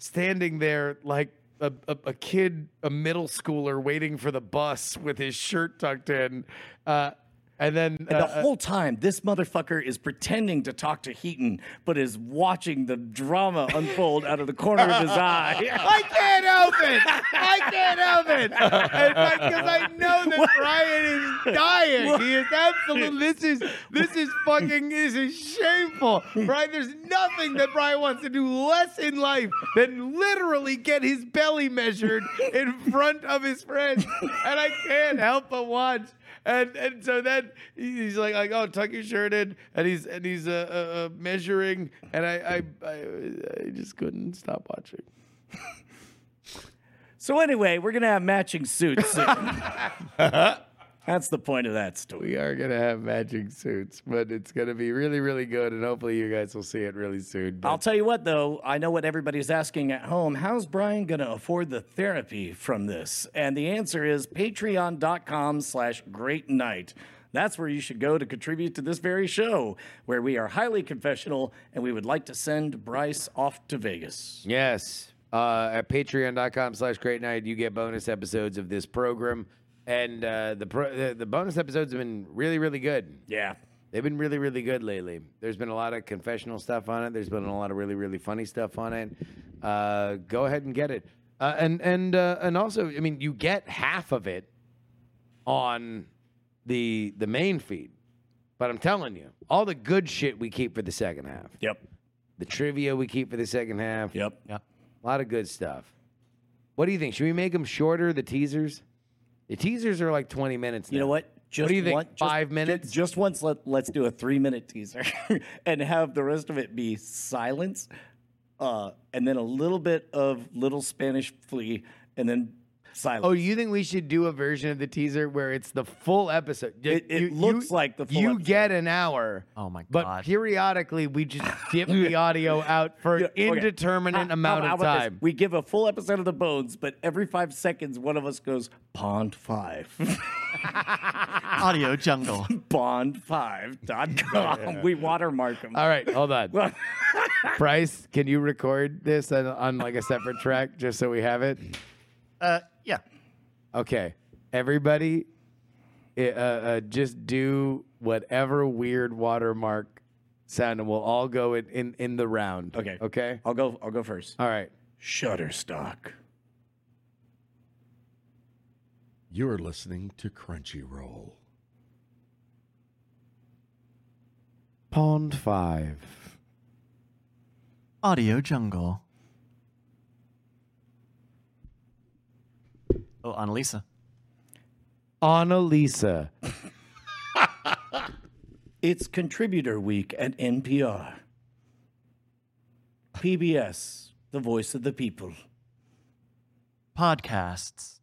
standing there like a, a, a kid, a middle schooler, waiting for the bus with his shirt tucked in. Uh, and then
And
uh,
the whole time, this motherfucker is pretending to talk to Heaton, but is watching the drama unfold out of the corner of his eye.
I can't help it. I can't help it. Because I know that Brian is dying. He is absolutely. This is this is fucking. This is shameful, Brian. There's nothing that Brian wants to do less in life than literally get his belly measured in front of his friends, and I can't help but watch. And and so then he's like, like oh, tuck your shirt in, and he's and he's uh, uh, uh, measuring, and I I, I I just couldn't stop watching.
So anyway, we're gonna have matching suits. soon. That's the point of that story.
We are gonna have matching suits, but it's gonna be really, really good, and hopefully you guys will see it really soon. But
I'll tell you what, though, I know what everybody's asking at home. How's Brian gonna afford the therapy from this? And the answer is Patreon.com/slash Great Night. That's where you should go to contribute to this very show, where we are highly confessional, and we would like to send Bryce off to Vegas.
yes, uh, at Patreon.com/slash Great Night, you get bonus episodes of this program, and uh, the, pro- the the bonus episodes have been really, really good.
Yeah.
They've been really, really good lately. There's been a lot of confessional stuff on it. There's been a lot of really, really funny stuff on it. Uh, go ahead and get it. Uh, and and uh, and also, I mean, you get half of it on the the main feed. But I'm telling you, all the good shit we keep for the second half,
Yep.
the trivia we keep for the second half,
Yep.
a lot of good stuff. What do you think? Should we make them shorter? The teasers, the teasers are like 20 minutes.
You
now.
know what? Just
do you think,
One, just-
five
ju-
minutes?
Just, once. Let, let's do a three-minute teaser, and have the rest of it be silence, uh, and then a little bit of little Spanish flea, and then silence.
Oh, you think we should do a version of the teaser where it's the full episode? Y-
It- it
you-
looks
you-
like the full
You
episode.
get an hour.
Oh my
But
God.
periodically, we just dip the audio out for an
Yeah, okay.
indeterminate
How-
amount
how
of
about this?
time.
We give a full episode of the bones, but every five seconds, one of us goes Pond Five,
Audio jungle.
Bond5.com. We watermark them.
All right, hold on. Bryce, can you record this on, on like a separate track just so we have it?
Uh, yeah.
Okay, everybody, i- uh, uh, just do whatever weird watermark sound, and we'll all go in, in in the round.
Okay.
Okay.
I'll go. I'll go first.
All right.
Shutterstock.
You are listening to Crunchyroll.
Pond five.
Audio jungle. Oh, Annalisa.
Annalisa.
It's Contributor Week at NPR. PBS, the voice of the people.
Podcasts.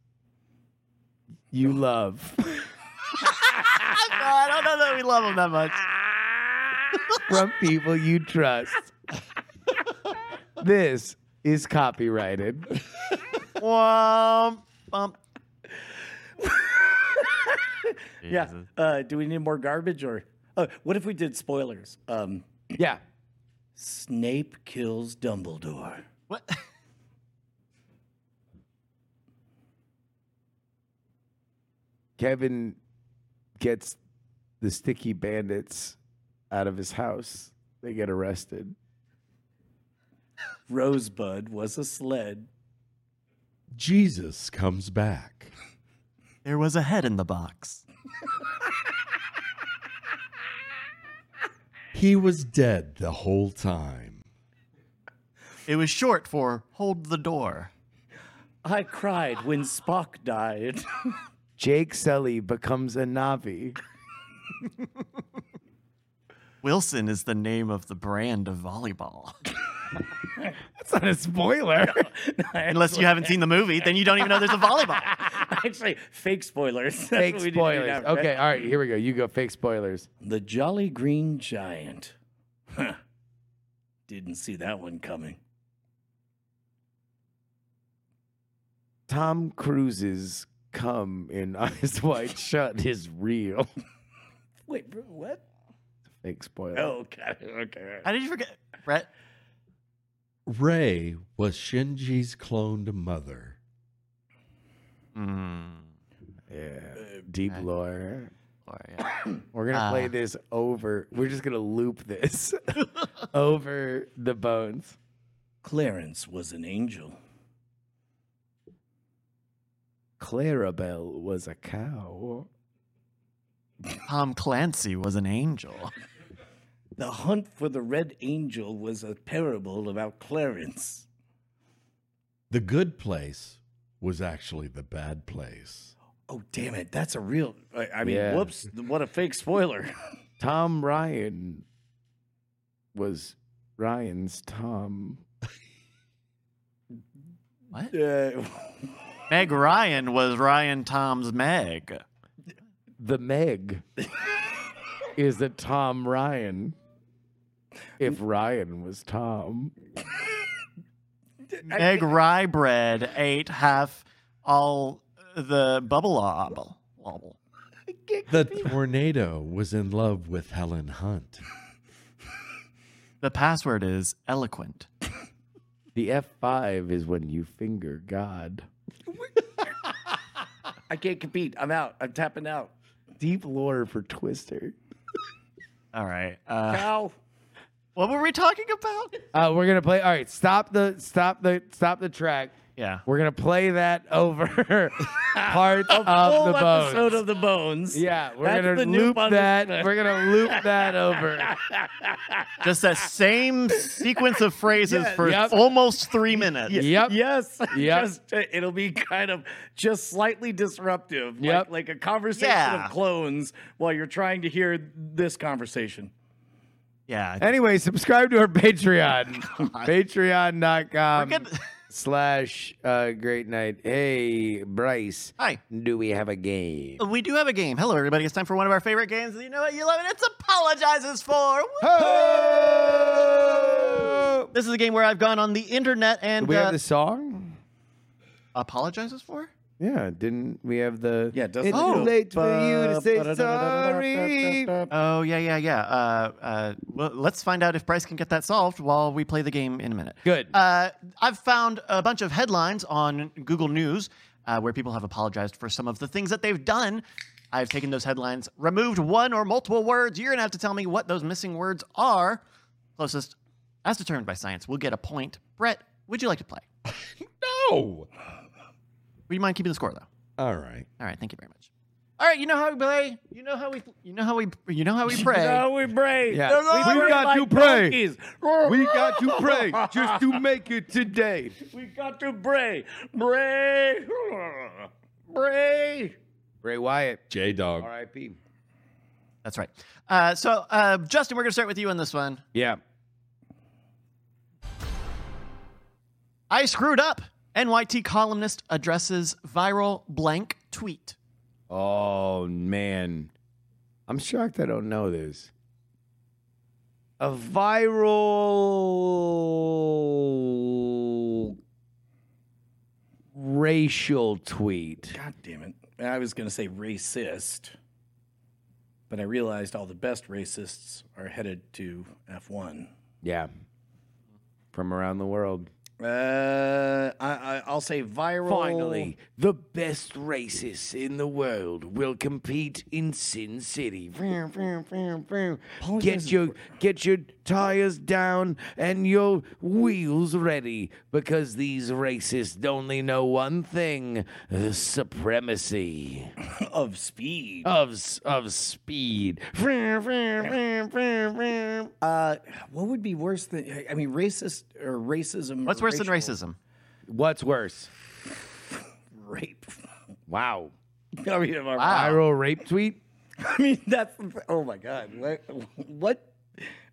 You love.
Oh, I don't know that we love them that much.
From people you trust. this is copyrighted.
Womp, bump.
Yeah. Uh, do we need more garbage or? Uh, what if we did spoilers? Um,
Yeah.
Snape kills Dumbledore.
What?
Kevin gets the sticky bandits out of his house. They get arrested.
Rosebud was a sled.
Jesus comes back.
There was a head in the box.
He was dead the whole time.
It was short for hold the door.
I cried when Spock died.
Jake Sully becomes a Navi.
Wilson is the name of the brand of volleyball.
That's not a spoiler.
Unless you haven't seen the movie, then you don't even know there's a volleyball.
Actually, fake spoilers. That's
Fake
what we need to do
spoilers.
now, right?
okay, all right, here we go. You go fake spoilers.
The Jolly Green Giant. Huh. Didn't see that one coming.
Tom Cruise's come in Eyes Wide Shut is real.
Wait, bro, what?
Fake spoiler.
Oh, okay. okay.
How did you forget? Brett,
Ray was Shinji's cloned mother.
Hmm,
Yeah. Deep lore.
or, yeah.
We're gonna play
Ah.
this over. We're just gonna loop this over the bones.
Clarence was an angel.
Clarabelle was a cow.
Tom Clancy was an angel.
The hunt for the red angel was a parable about Clarence.
The good place was actually the bad place.
Oh, damn it. That's a real. I, I mean,
Yeah.
whoops. What a fake spoiler.
Tom Ryan was Ryan's Tom.
What?
Uh,
Meg Ryan was Ryan Tom's Meg.
The Meg is a Tom Ryan. If Ryan was Tom,
Meg Rye Bread ate half all the bubble wobble. wobble.
The tornado was in love with Helen Hunt.
The password is eloquent.
the F5 is when you finger God.
I can't compete. I'm out. I'm tapping out.
Deep lore for Twister.
All right. Uh,
Ow.
what were we talking about?
Uh, we're gonna play. All right, stop the stop the stop the track.
Yeah.
We're gonna play that over part of, the
Full
bones.
episode of the bones.
yeah, we're
That's
gonna
the new
loop
bonus
that.
track.
We're gonna loop that over.
Just that same sequence of phrases for
Yep.
almost three minutes.
Yep.
Yes.
Yep.
Just, uh, it'll be kind of just slightly disruptive. like-
Yep.
Like, a conversation
Yeah.
of clones while you're trying to hear this conversation.
Yeah.
Anyway, subscribe to our Patreon. Patreon.com
Good.
slash uh, great night. Hey, Bryce,
Hi.
do we have a game?
We do have a game. Hello, everybody. It's time for one of our favorite games. You know what? You love it. It's Apologizes For. Woo! This is a game where I've gone on the internet and.
Do we
uh,
have the song?
Apologizes For?
Yeah, didn't we have the?
Yeah, it doesn't
it's
go-
too late for you to say sorry.
Oh, yeah, yeah, yeah. Uh, uh, well, let's find out if Bryce can get that solved while we play the game in a minute.
Good.
Uh, I've found a bunch of headlines on Google News uh, where people have apologized for some of the things that they've done. I've taken those headlines, removed one or multiple words. You're going to have to tell me what those missing words are. Closest, as determined by science, we'll get a point. Brett, would you like to play?
No.
Would you mind keeping the score, though?
All right.
All right, thank you very much. All right, you know how we play. You know how we. You know how we. You know how we pray.
No, we brave.
Yeah.
No, no,
We've
we're
got
like
to pray.
donkeys.
We got to pray just to make it today.
We got to bray. Bray. Bray.
Bray Wyatt,
J Dog.
R.I.P.
That's right. Uh, so, uh, Justin, we're going to start with you on this one.
Yeah.
I screwed up. NYT columnist addresses viral blank tweet.
Oh man, I'm shocked I don't know this. A viral racial tweet.
God damn it. I was going to say racist. But I realized all the best racists are headed to F1.
Yeah. From around the world.
Uh, I, I, I'll say viral.
Finally, the best racists in the world will compete in Sin City. Vroom, vroom, vroom, vroom. Get your get your tires down and your wheels ready because these racists only know one thing: the supremacy
of speed.
of s- of speed. Vroom, vroom, vroom, vroom, vroom.
Uh, what would be worse than I mean, racist or racism?
What's
or
worse than
racial
racism?
What's worse?
Rape.
Wow.
I mean, am I right?
Ah.
Viral rape tweet.
I mean, that's oh my god. What? what?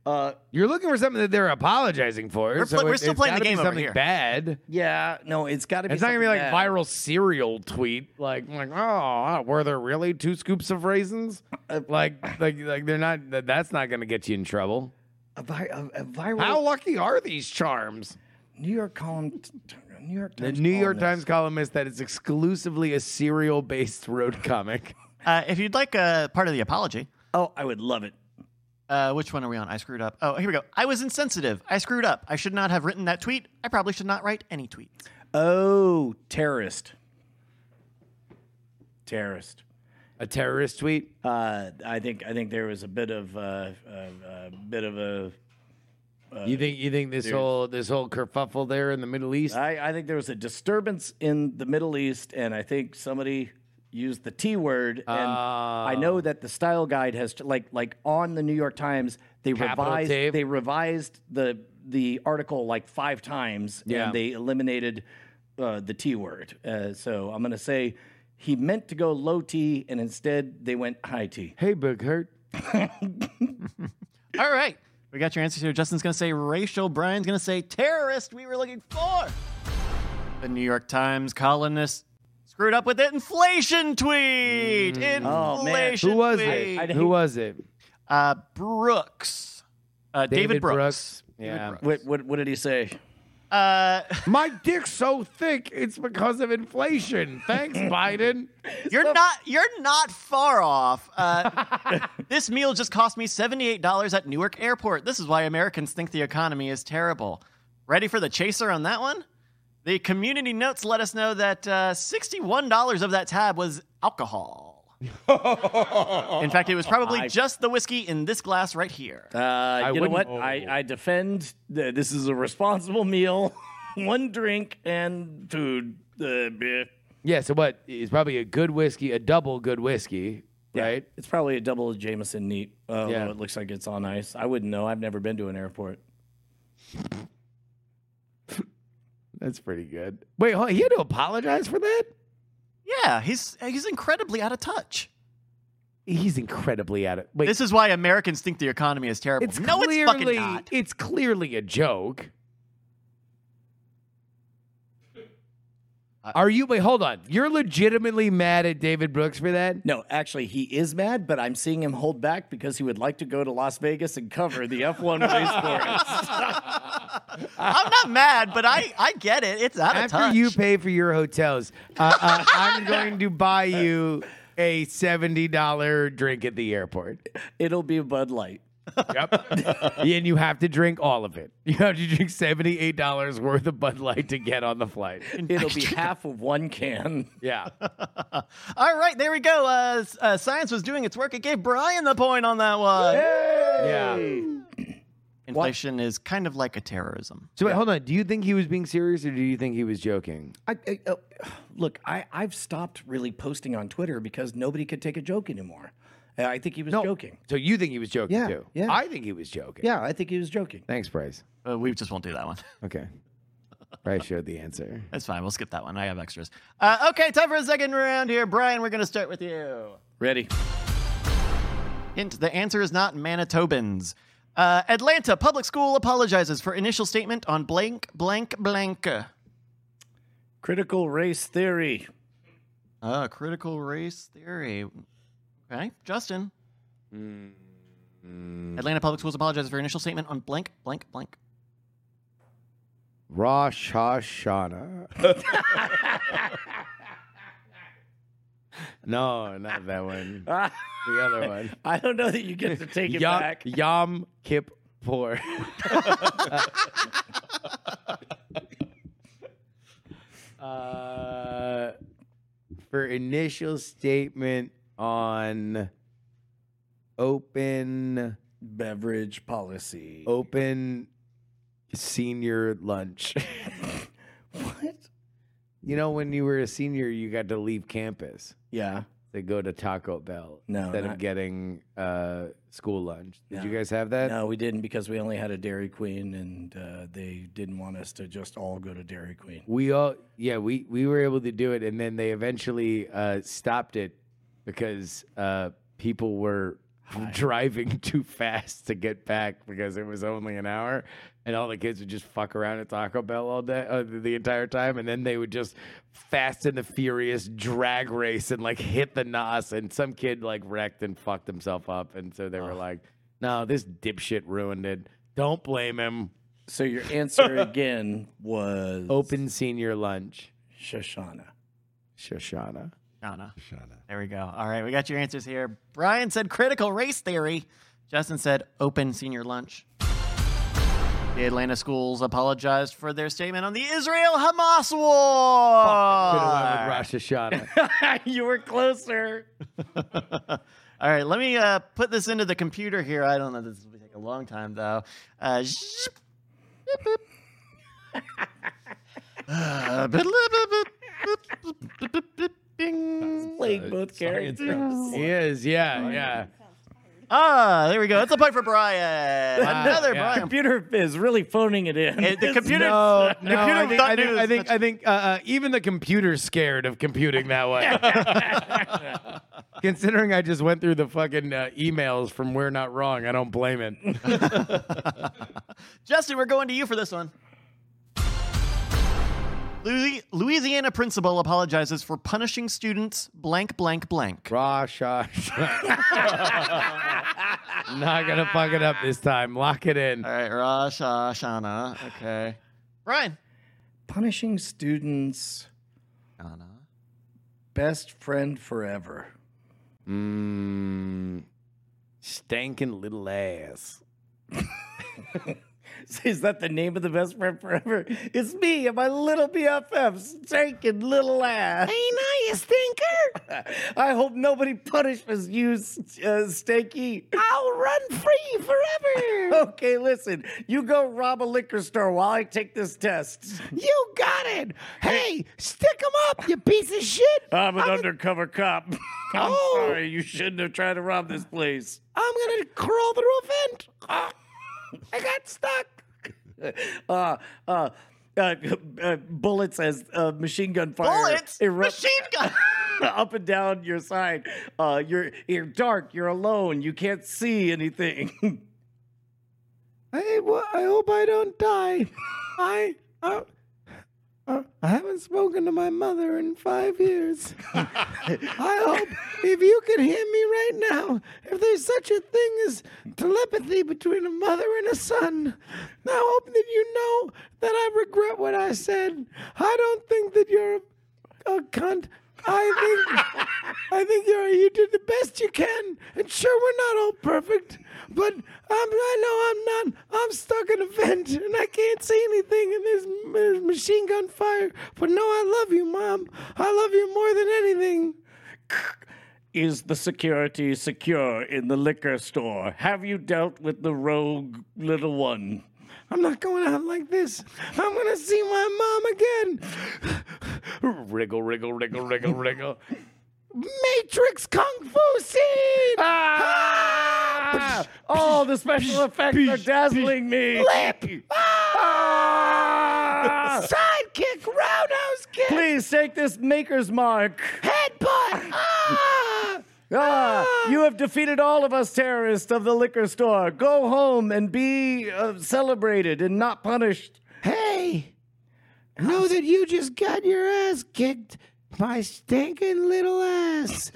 Uh,
You're looking for something that they're apologizing for.
We're
so
pl- we're
it-
still
it's
playing the
gotta be
game over
something
here.
Bad.
yeah, no, it's got to be.
It's not gonna be
something
like
bad.
viral cereal tweet. Like like oh, were there really two scoops of raisins? Like like like they're not. that- That's not gonna get you in trouble.
A, vi- a, a viral.
How lucky are these charms?
New York column. New York
The
Times.
New York
columnist.
Times columnist that is exclusively a cereal based road comic.
Uh, if you'd like uh, part of the apology,
Oh, I would love it.
Uh, which one are we on? I screwed up. Oh, here we go. I was insensitive. I screwed up. I should not have written that tweet. I probably should not write any tweets.
Oh, terrorist. Terrorist.
A terrorist tweet.
Uh, I think I think there was a bit of uh, a, a bit of a.
you think you think this whole this whole kerfuffle there in the Middle East?
I, I think there was a disturbance in the Middle East, and I think somebody used the T word. And I know that the style guide has like like on the New York Times they
Capital
revised
T.
they revised the the article like five times,
Yeah.
and they eliminated uh, the T word. Uh, so I'm gonna say. He meant to go low T, and instead they went high T.
hey, Big Hurt.
All right. We got your answers here. Justin's going to say racial. Brian's going to say terrorist. We were looking for. The New York Times columnist screwed up with it. Inflation tweet.
Oh, man.
Inflation
Who was
tweet.
it? Who was it?
Uh, Brooks. Uh, David, Brooks.
Yeah.
What, what, what did he say?
Uh,
My dick's so thick, it's because of inflation. Thanks, Biden.
You're not you're not far off. Uh, this meal just cost me $78 at Newark Airport. This is why Americans think the economy is terrible. Ready for the chaser on that one? The community notes let us know that uh, $61 of that tab was alcohol. in fact, it was probably just the whiskey in this glass right here.
Uh, you know
wouldn't-
what? I, I defend the, this is a responsible meal, one drink and food. Uh, bleh.
Yeah, so what? It's probably a good whiskey, a double good whiskey, right?
It's probably a double Jameson neat. Uh,
Yeah.
yeah. It looks like it's on ice. I wouldn't know. I've never been to an airport.
That's pretty good. Wait, hold on, he had to apologize for that?
Yeah, he's he's incredibly out of touch.
He's incredibly out of wait.
This is why Americans think the economy is terrible.
it's
no,
clearly
it's fucking not.
it's clearly a joke. Are you wait, hold on. You're legitimately mad at David Brooks for that?
No, actually, he is mad, but I'm seeing him hold back because he would like to go to Las Vegas and cover the F1 race for us.
I'm not mad, but I, I get it. It's out of
After
touch.
you pay for your hotels, uh, uh, I'm going to buy you a seventy dollar drink at the airport.
It'll be Bud Light.
Yep. and you have to drink all of it. You have to drink seventy eight dollars worth of Bud Light to get on the flight.
It'll be half of one can.
Yeah.
All right, there we go. Uh, s- uh, science was doing its work. It gave Brian the point on that one.
Yeah.
Inflation is kind of like a terrorism.
So wait, hold on. Do you think he was being serious or do you think he was joking?
I, I, uh, look, I, I've stopped really posting on Twitter because nobody could take a joke anymore. Uh, I think he was joking.
So you think he was joking
Yeah,
too?
yeah.
I think he was joking.
Yeah, I think he was joking.
Thanks, Bryce.
Uh, we just won't do that one.
Okay. Bryce showed the answer.
That's fine. We'll skip that one. I have extras. Uh, okay, time for a second round here. Brian, we're going to start with you.
Ready?
Hint the answer is not Manitobans. Uh, Atlanta Public School apologizes for initial statement on blank, blank, blank.
Critical race theory.
Uh, critical race theory. Okay, Justin. Atlanta Public Schools apologizes for initial statement on blank, blank, blank.
Rosh Hashanah. No, not that one. the other one.
Ah, I don't know that you get to take it
Yom,
back.
Yom Kippur. uh, for initial statement on open
Beverage policy.
Oh. open senior lunch.
What?
you know, when you were a senior, you got to leave campus.
Yeah.
They go to Taco Bell
No,
instead
not-
of getting uh, school lunch. Did you
No.
guys have that?
No, we didn't because we only had a Dairy Queen, and uh, they didn't want us to just all go to Dairy Queen.
We all, yeah, we, we were able to do it, and then they eventually uh, stopped it because uh, people were driving too fast to get back because it was only an hour, and all the kids would just fuck around at Taco Bell all day, uh, the entire time, and then they would just fast and the furious drag race and like hit the nos, and some kid like wrecked and fucked himself up, and so they were like, "No, this dipshit ruined it. Don't blame him."
So your answer again was
Open senior lunch,
Shoshana.
Shoshana.
Shauna. There we go. All right, we got your answers here. Brian said critical race theory. Justin said open senior lunch. The Atlanta schools apologized for their statement on the Israel Hamas
Could have went with
war.
Rosh Hashanah.
you were closer.
All right, let me uh, put this into the computer here. I don't know. This will take a long time, though. Uh, sh- Uh, bing.
Playing both characters.
he is, yeah, yeah.
Ah, there we go. That's a point for Brian. Another
yeah.
Brian.
Computer is really phoning it in.
It- the computer,
Oh, No,
the
no,
computer
I think,
thought
I think,
news.
I think, I think uh, uh, even the computer's scared of computing that way. Considering I just went through the fucking uh, emails from We're Not Wrong, I don't blame it.
Justin, we're going to you for this one. Louis- Louisiana principal apologizes for punishing students blank blank blank.
Rosh Hashanah. Not gonna fuck it up this time. Lock it in.
All right, Rosh Hashanah. Okay, Brian.
Punishing students'
Shana.
best friend forever.
Mmm. Stankin' little ass.
Is that the name of the best friend forever? It's me and my little BFF, stinking little ass. Ain't I a stinker? I hope nobody punishes you, S- uh, Stanky. I'll run free forever. okay, listen. You go rob a liquor store while I take this test. You got it. Hey, stick them up, you piece of shit.
Oh,
I'm an undercover cop. I'm
Oh.
sorry. You shouldn't have tried to rob this place. I'm gonna crawl through a vent. Ah, I got stuck. uh, uh, uh, uh, bullets as uh, machine gun fire.
Bullets.
erupt-
Machine gun.
up and down your side. Uh, you're you're dark. You're alone. You can't see anything.
I, well, I hope I don't die. I, I, I Uh, I haven't spoken to my mother in five years. I hope if you could hear me right now, if there's such a thing as telepathy between a mother and a son, I hope that you know that I regret what I said. I don't think that you're a, a cunt. I think I think you're, you did the best you can. And sure, we're not all perfect, but I'm, I know I'm not. I'm stuck in a vent and I can't see anything. And there's, there's machine gun fire. But no, I love you, Mom. I love you more than anything.
Is the security secure in the liquor store? Have you dealt with the rogue little one?
I'm not going out like this. I'm going to see my mom again. wriggle, wriggle, wriggle, wriggle, wriggle. Matrix Kung Fu scene! Ah!
Oh, the special effects are dazzling me. Ah!
Sidekick, roundhouse kick,
Please take this maker's mark.
headbutt. Ah!
Ah, you have defeated all of us terrorists of the liquor store. Go home and be uh, celebrated and not punished.
Hey, know that you just got your ass kicked by stinking little ass.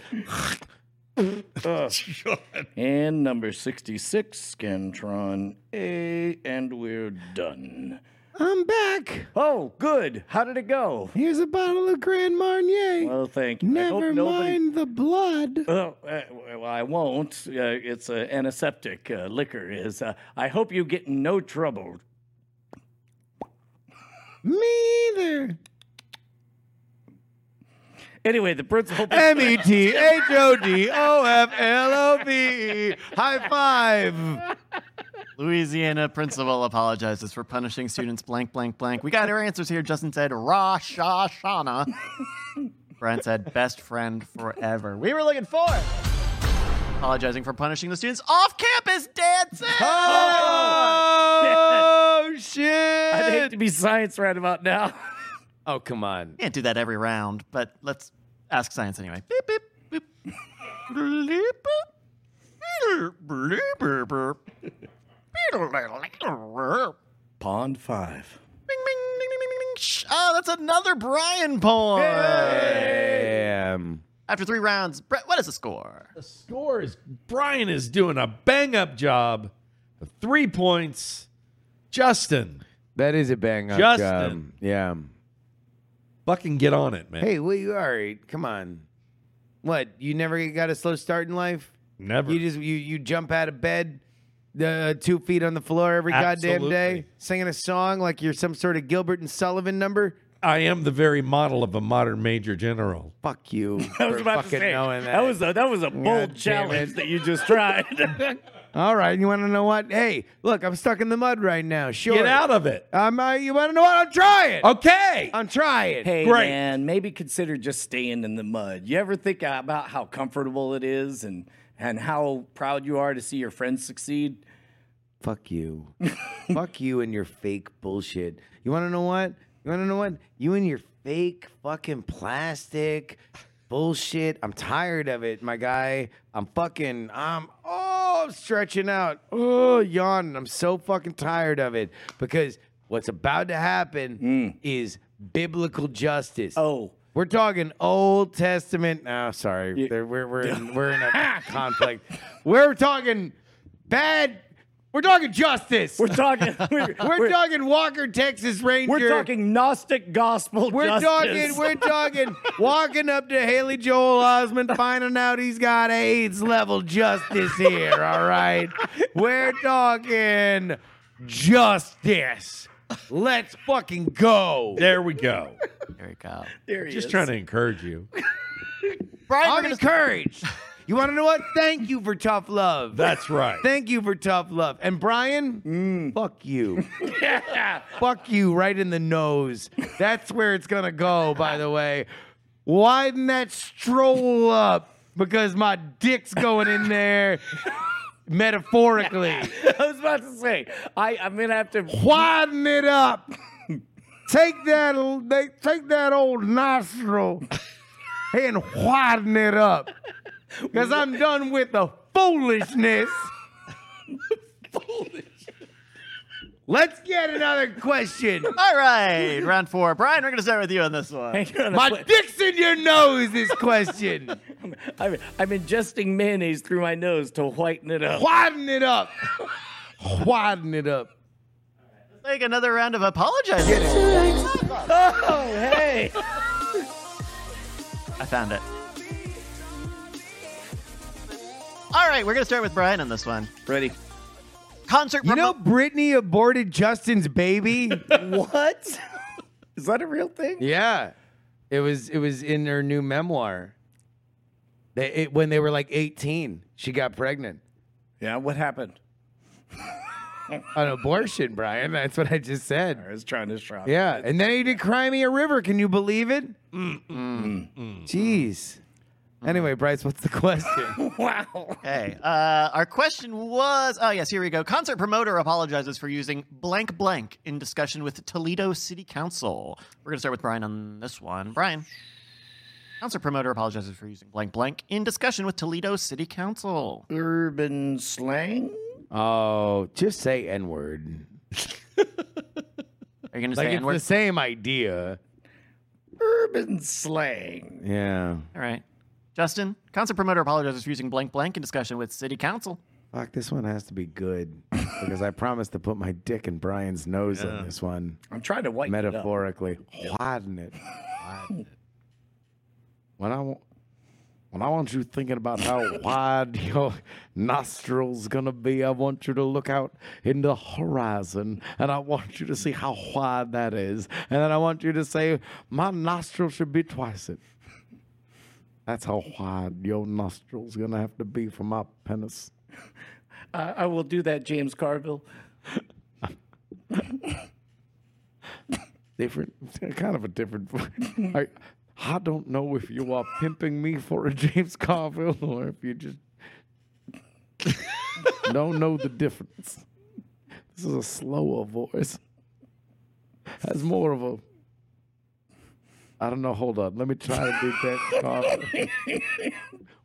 And number 66, Scantron A, and we're done.
I'm back.
Oh, good. How did it go?
Here's a bottle of Grand Marnier.
Well, thank you. I
Never
hope nobody...
mind the blood.
Oh, uh, well, I won't. Uh, it's an antiseptic uh, liquor. Is uh, I hope you get in no trouble.
Me either.
Anyway, the principal.
M E T H O D O F L O V. High five.
Louisiana principal apologizes for punishing students blank, blank, blank. We got our answers here. Justin said, Rosh Hashanah. Brian said, best friend forever. We were looking for it. Apologizing for punishing the students off campus dancing.
Oh,
I'd hate
shit.
to be science right about now.
Oh, come on.
Can't do that every round, but let's ask science anyway. Beep, beep, beep. Bleep, boop. Bleep, bleep, bleep.
Pond five.
Bing, bing, ding, ding, ding, ding, ding. Shh. Oh, that's another Brian poem.
Damn.
After three rounds, Brett, what is the score?
The score is Brian is doing a bang up job of three points. Justin,
That is a bang up.
Justin.
job. Yeah.
fucking get on it, man.
Hey, well, you all right? Come on. What? You never got a slow start in life?
Never.
You just you you jump out of bed, uh, two feet on the floor every goddamn day,
Absolutely.
singing a song like you're some sort of Gilbert and Sullivan number.
I am the very model of a modern major general.
Fuck you.
I was
for
about to
fucking
say
knowing
that.
that.
was a that was a bold
damn
challenge
it.
that you just tried.
All right, you want to know what? Hey, look, I'm stuck in the mud right now. Sure.
Get out of it.
I'm. Uh, you want to know what? I'm trying.
Okay.
I'm trying.
hey
Great.
man, maybe consider just staying in the mud. You ever think about how comfortable it is and and how proud you are to see your friends succeed?
Fuck you. Fuck you and your fake bullshit. You want to know what? You want to know what? You and your fake fucking plastic bullshit. I'm tired of it, my guy. I'm fucking, I'm, oh, I'm stretching out. Oh, yawning. I'm so fucking tired of it because what's about to happen is biblical justice.
Oh,
We're talking Old Testament. No, sorry, There- we're we're in, we're in a conflict. We're talking bad. We're talking justice.
we're
We're,
talking we're, we're-
talking Walker, Texas Ranger.
we're talking Gnostic gospel
We're
justice.
talking. We're talking. Walking up to Haley Joel Osment, finding out he's got AIDS level justice here. All right, we're talking justice. Let's fucking go.
There we go.
There we go.
There he
Just
is.
trying to encourage you.
Brian, we're
I'm
gonna-
encouraged. You want to know what? Thank you for tough love.
That's right.
Thank you for tough love. And Brian, fuck you. Fuck you right in the nose. That's where it's going to go, by the way. Widen that stroll up because my dick's going in there metaphorically.
I was about to say, I, I'm gonna have to.
Widen it up. Take that l- they- take that old nostril and widen it up. Cuz I'm done with the foolishness. Let's get another question.
All right, round four. Brian, we're going to start with you on this one.
My dick's in your nose, this question.
I'm, I'm ingesting mayonnaise through my nose to whiten it up.
Widen it up. Widen it up.
Take another round of apologizing.
Oh, hey!
I found it. All right, we're going to start with Brian on this one.
Ready?
Concert
You know
promo-
Britney aborted Justin's baby?
What? Is that a real thing?
yeah. It was it was in her new memoir. They, it, when they were like 18, she got pregnant.
Yeah. What happened?
An abortion, Brian. That's what I just said.
I was trying to shop.
Yeah. And then he did Cry Me a River. Can you believe it? Jeez. Anyway, Bryce, what's the question?
Wow.
Okay. Uh, our question was oh, yes, here we go. Concert promoter apologizes for using blank blank in discussion with Toledo City Council. We're going to start with Brian on this one. Brian. Concert promoter apologizes for using blank blank in discussion with Toledo City Council.
Urban slang.
oh, just say N word.
Are you going to
Like
say
it's
N-word?
the same idea.
Urban slang.
Yeah.
All right. Justin, concert promoter apologizes for using blank blank in discussion with city council.
Fuck, this one has to be good because I promised to put my dick in Brian's nose on this one,
I'm trying to whiten it up.
metaphorically, widen it. When I want, when I want you thinking about how wide your nostrils gonna be, I want you to look out in the horizon, and I want you to see how wide that is, and then I want you to say, my nostril should be twice it. That's how wide your nostrils gonna have to be for my penis.
I, I will do that, James Carville.
different, kind of a different. I, I don't know if you are pimping me for a James Carville or if you just don't know the difference. This is a slower voice. That's more of a. I don't know. Hold on. Let me try to do that. Carville.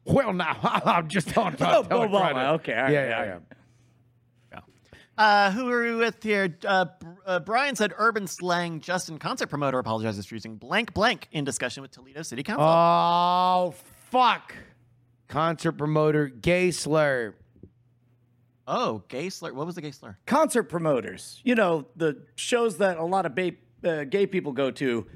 well, now I'm just on.
Oh, blah, blah, blah. Okay, all right,
yeah,
all
yeah,
right.
yeah.
Uh, who are we with here? Uh, Br- uh, Brian said urban slang. Justin, concert promoter, apologizes for using blank blank in discussion with Toledo City Council.
Oh fuck! Concert promoter gay slur.
oh, gay slur. What was the gay slur?
Concert promoters, you know, the shows that a lot of ba- uh, gay people go to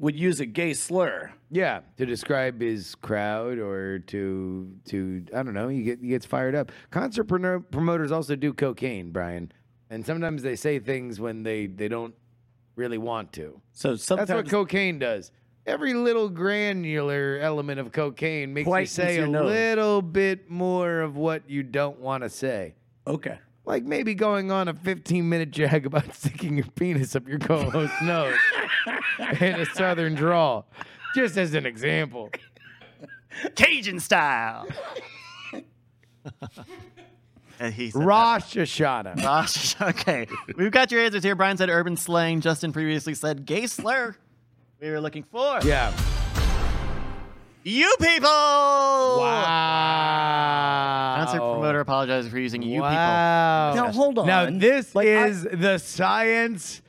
would use a gay slur.
Yeah, to describe his crowd or to to I don't know, he, get, he gets fired up. Concert promo- promoters also do cocaine, Brian, and sometimes they say things when they they don't really want to.
So sometimes
That's what cocaine does. Every little granular element of cocaine makes you
Whitens
say
your
a
nose.
little bit more of what you don't want to say.
okay.
Like maybe going on a 15 minute jag about sticking your penis up your co host's nose in a southern drawl, just as an example.
Cajun style. and he said
Rosh Hashanah.
Rosh. Okay. We've got your answers here. Brian said urban slang. Justin previously said gay slur. We were looking for
Yeah.
you people. Wow.
Wow.
Concert promoter apologizes for using you people.
Wow.
Now, hold
Now
on.
this
Like, I-
is the science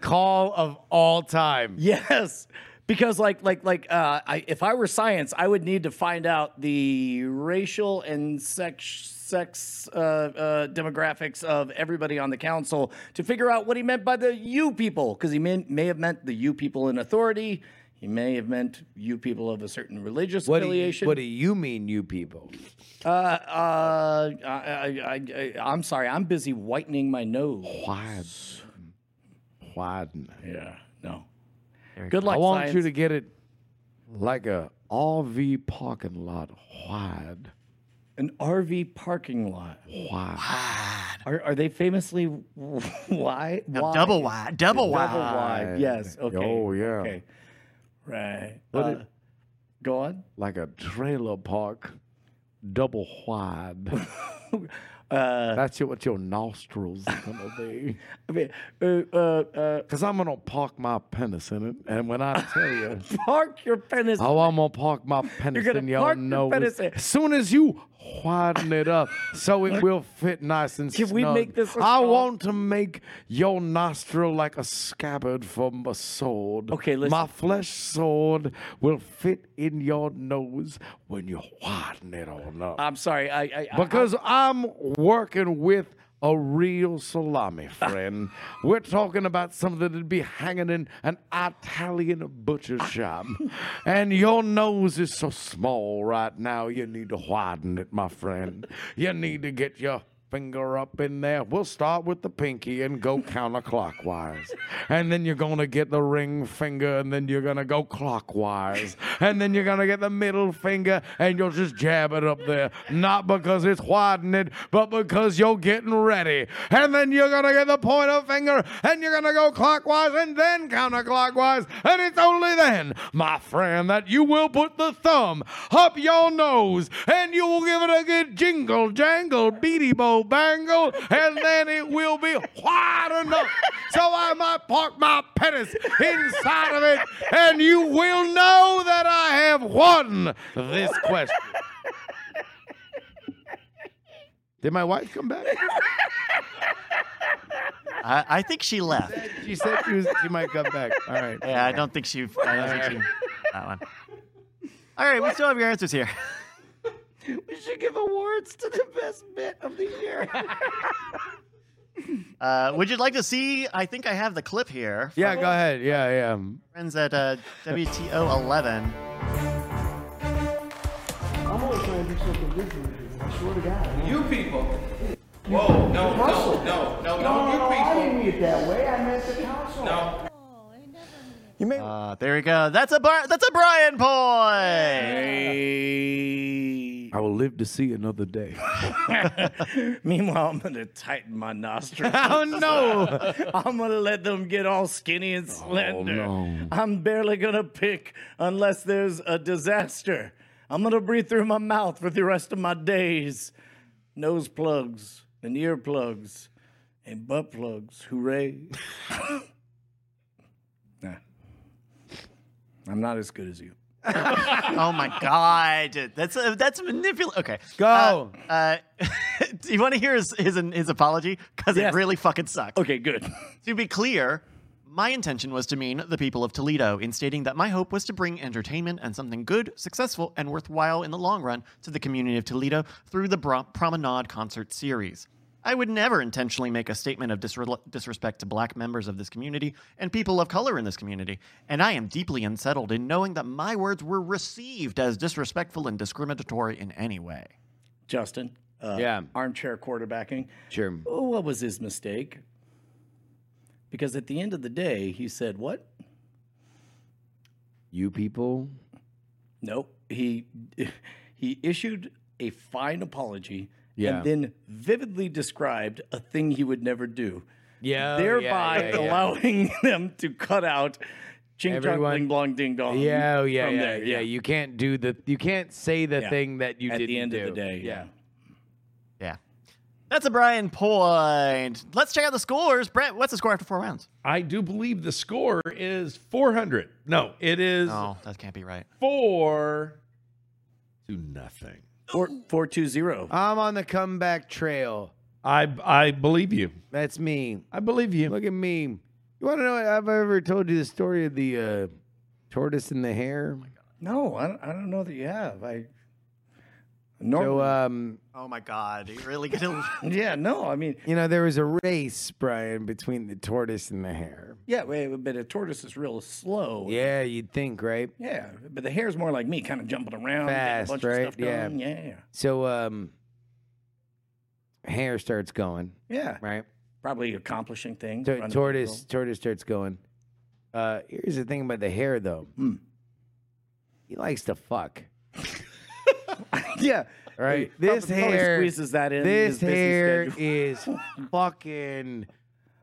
call of all time.
Yes, because like like like uh, I, if I were science, I would need to find out the racial and sex sex uh, uh, demographics of everybody on the council to figure out what he meant by the "you people," because he may, may have meant the "you people" in authority. He may have meant you people of a certain religious
What do, you,
affiliation.
what do you mean, you people?
uh, uh, I, I, I, I'm sorry, I'm busy whitening my nose.
Widen. Widen.
Yeah, no. Good luck.
I want
science.
you to get it like a RV parking lot wide.
an RV parking lot.
Wide.
Are, are they famously wide?
Now, double wide. Double
Double
wide.
wide. Yes. Okay.
Oh, yeah.
Okay. Right. Uh, go on.
Like a trailer park, double wide.
Uh,
That's your- what your nostrils are going to be.
I mean, uh, uh, uh,
Because I'm going to park my penis in it. And when I tell you,
park your penis.
oh, I'm going to park my penis
gonna
in, y'all
park your
know it.
penis in-
As soon as you widen it up so it will fit nice and
Can we
snug,
make this a
I
song?
want to make your nostril like a scabbard from a sword.
Okay, listen.
My flesh sword will fit in your nose when you widen it on up.
I'm sorry. I, I, I
Because I'm working with a real salami, friend. We're talking about something that'd be hanging in an Italian butcher shop. and your nose is so small right now, you need to widen it, my friend. You need to get your finger up in there. We'll start with the pinky and go counterclockwise. And then you're going to get the ring finger and then you're going to go clockwise. And then you're going to get the middle finger and you'll just jab it up there. Not because it's widening, but because you're getting ready. And then you're going to get the pointer finger and you're going to go clockwise and then counterclockwise. And it's only then, my friend, that you will put the thumb up your nose and you will give it a good jingle, jangle, beady bo bangle, and then it will be wide enough so I might park my penis inside of it and you will know that I have won this question. Did my wife come back?
I, I think she left.
She said she, was, she might come back. All right.
Yeah, I don't think she. I don't think she. That one. All right, we still have your answers here.
we should give awards awards to the best bit of the year.
Uh, would you like to see? I think I have the clip here.
Yeah, go ahead. Yeah, yeah.
Friends at uh, WTO 11.
I'm always trying to do something different. with you, I swear to God.
You people. Whoa, no, no,
Russell.
no, no,
no,
no,
no, I
you
didn't
people.
mean it that way. I meant the council.
No.
Uh, there we go. That's a bar- that's a Brian point.
I will live to see another day.
Meanwhile, I'm gonna tighten my nostrils.
oh no!
I'm gonna let them get all skinny and slender.
Oh, no.
I'm barely gonna pick unless there's a disaster. I'm gonna breathe through my mouth for the rest of my days. Nose plugs and ear plugs and butt plugs. Hooray. nah. I'm not as good as you.
Oh my god, that's uh, that's manipulative. Okay,
Go.
Uh, uh, do you want to hear his his, his apology? Because
Yes.
it really fucking sucks.
Okay, good.
To be clear, my intention was to mean the people of Toledo in stating that my hope was to bring entertainment and something good, successful, and worthwhile in the long run to the community of Toledo through the Bro- Promenade concert series. I would never intentionally make a statement of disre- disrespect to black members of this community and people of color in this community, and I am deeply unsettled in knowing that my words were received as disrespectful and discriminatory in any way.
Justin. Uh,
Yeah.
Armchair quarterbacking.
Sure.
Oh, what was his mistake? Because at the end of the day, he said, What?
You people.
Nope. He he issued a fine apology
Yeah.
and then vividly described a thing he would never do,
Oh, Yeah.
thereby allowing them to cut out ching chong
Everyone-
bling blong ding dong.
Yeah, oh, yeah,
from
yeah,
there,
yeah. You can't do the. You can't say the
Yeah.
thing that you
at
didn't
the end
do.
of the day, yeah.
Yeah. That's a Brian point. Let's check out the scores. Brent, what's the score after four rounds?
I do believe the score is 400. No, it is
Oh, that can't be right.
four to nothing.
Four four two zero.
I'm on the comeback trail.
I I believe you.
That's me.
I believe you.
Look at me. You want to know? what- I've ever told you the story of the uh, tortoise and the
Oh
hare.
No, I don't, I don't know that you have. I
So,
normally,
um,
Oh my God! You really gonna?
yeah, no, I mean,
you know, there was a race, Brian, between the tortoise and the hare.
yeah, wait, but a tortoise is real slow.
Yeah, you'd think, right?
Yeah, but the hair's more like me, kind of jumping around, getting
Fast,
a bunch
right?
of stuff
Yeah.
done. Yeah, yeah,
So, um, hare starts going,
yeah.
right?
Probably accomplishing things.
Tor-
running through the
tortoise,
world.
tortoise starts going. Uh, here's the thing about the hare, though.
Hmm.
He likes to fuck.
yeah,
All right,
He
this
probably
hair,
squeezes that in. his
this
busy
hair
schedule.
is fucking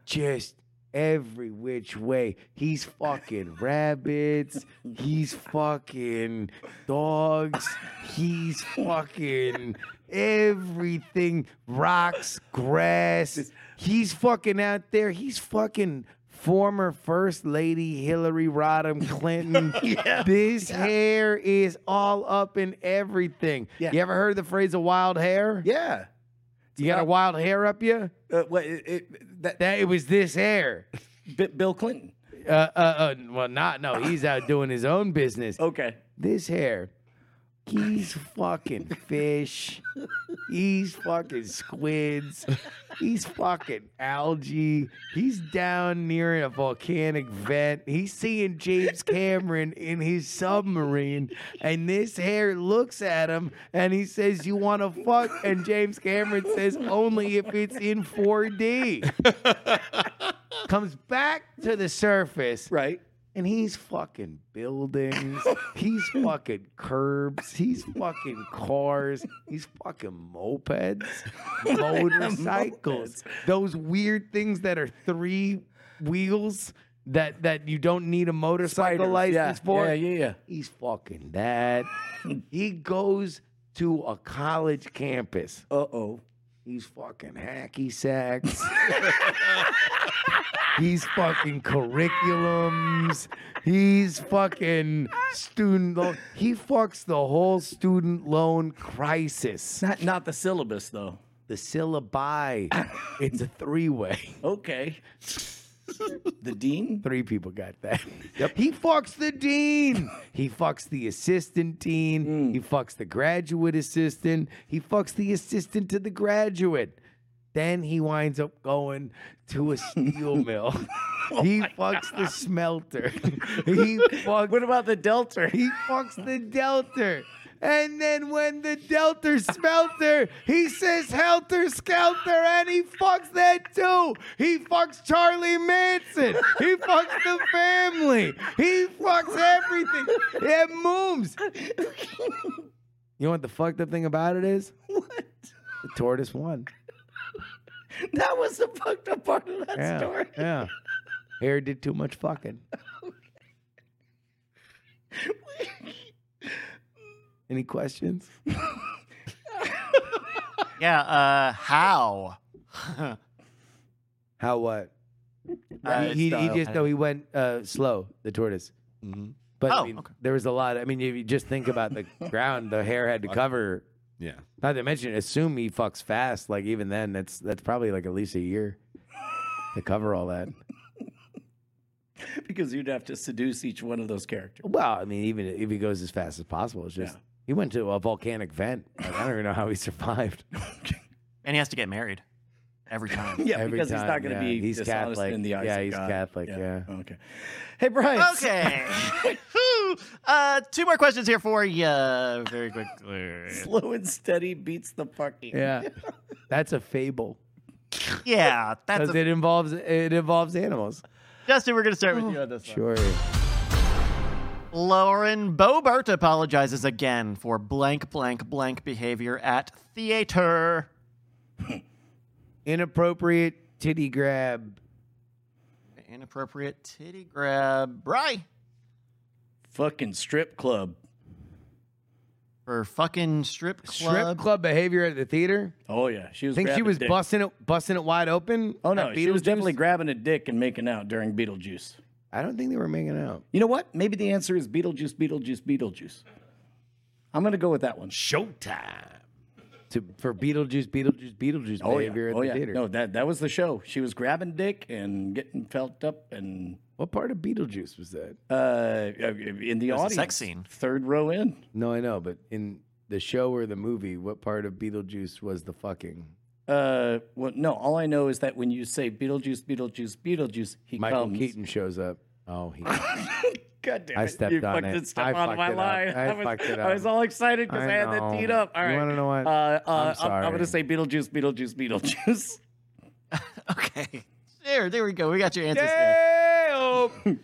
just every which way. He's fucking rabbits. He's fucking dogs. He's fucking everything. Rocks, grass. He's fucking out there. He's fucking former first lady Hillary Rodham Clinton. This hair is all up in everything.
Yeah.
You ever heard the phrase a wild hair?
Yeah.
You got a wild hair up you?
Uh, what, it, it, that,
That it was this hair.
B- Bill Clinton.
Uh, uh, uh, well, not no. He's out doing his own business.
Okay.
This hair. He's fucking fish. He's fucking squids. He's fucking algae. He's down near a volcanic vent. He's seeing James Cameron in his submarine. And this hair looks at him and he says, You want to fuck? And James Cameron says, Only if it's in 4D. Comes back to the surface
Right.
and he's fucking buildings, he's fucking curbs, he's fucking cars, he's fucking mopeds, motorcycles, those weird things that are three wheels that that you don't need a motorcycle
Spiders,
license
yeah,
for.
yeah, yeah, yeah.
He's fucking that. he goes to a college campus.
Uh oh.
He's fucking hacky sacks. He's fucking curriculums. He's fucking student loan. He fucks the whole student loan crisis.
Not not the syllabus though.
The syllabi, it's a three way.
Okay. The dean?
Three people got that. Yep. he fucks the dean. He fucks the assistant dean. He fucks the graduate assistant. He fucks the assistant to the graduate. Then he winds up going to a steel mill. he fucks the smelter. he fucks. What about the delter? He fucks the delter. And then when the Delter Smelter, he says Helter Skelter, and he fucks that too. He fucks Charlie Manson. He fucks the family. He fucks everything. It moves. You know what the fucked up thing about it is?
What?
The tortoise won.
That was the fucked up part of that
Yeah,
story.
Yeah. Hair did too much fucking. Any questions?
Yeah. Uh, how?
How what?
Uh,
he, he, he
style.
just no, he went uh, slow. The tortoise. But I
Oh,
mean,
okay.
there was a lot. I mean, if you just think about the ground, the hair had to cover.
Yeah.
Not to mention, assume he fucks fast. Like even then, that's that's probably like at least a year to cover all that.
Because you'd have to seduce each one of those characters.
Well, I mean, even if he goes as fast as possible, it's just he went to a volcanic vent. Like, I don't even know how he survived.
and he has to get married every time.
Yeah,
Every
because he's not
time,
going to
yeah.
be
He's
dishonest
Catholic.
in the eyes
Yeah,
of
he's
God.
Catholic, yeah.
Okay. Hey, Bryce.
Okay. Whew. uh, two more questions here for you, very quickly.
Slow and steady beats the fucking.
Yeah, that's a fable
Yeah, that's
because
a,
it involves it involves animals.
Justin. We're gonna start with you on this one.
Sure.
Lauren Bobert apologizes again for blank, blank, blank behavior at theater.
Inappropriate titty grab.
Inappropriate titty grab, Bry,
Fucking strip club.
for fucking strip club.
Strip club behavior at the theater.
Oh yeah, she was.
Think she
grabbing
was
dick.
busting it, busting it wide open.
Oh
at
no, she was
Beetlejuice?
definitely grabbing a dick and making out during Beetlejuice.
I don't think they were making out.
You know what? Maybe the answer is Beetlejuice, Beetlejuice, Beetlejuice. I'm gonna go with that one.
Showtime.
To, for Beetlejuice, Beetlejuice, Beetlejuice
Oh yeah,
behavior at
oh
the
yeah.
theater.
No, that that was the show. She was grabbing dick and getting felt up and
What part of Beetlejuice was that?
uh, in the
was a
audience.
sex scene.
Third row in.
No, I know, but in the show or the movie, what part of Beetlejuice was the fucking?
Uh, well, no. All I know is that when you say Beetlejuice, Beetlejuice, Beetlejuice, he
Michael
comes.
Keaton shows up. Oh, he.
God damn
I
it.
stepped
you
on
fucking
it.
stepped
I
on
fucked
my
it up.
line.
I
was,
fucked it
I was
up.
all excited because I,
I
had that
know.
teed up. All
You
right.
wanna know what?
Uh, uh,
I'm
I'm, going
sorry.
to say Beetlejuice, Beetlejuice, Beetlejuice.
Okay. There, there we go. We got your answers there.
Damn!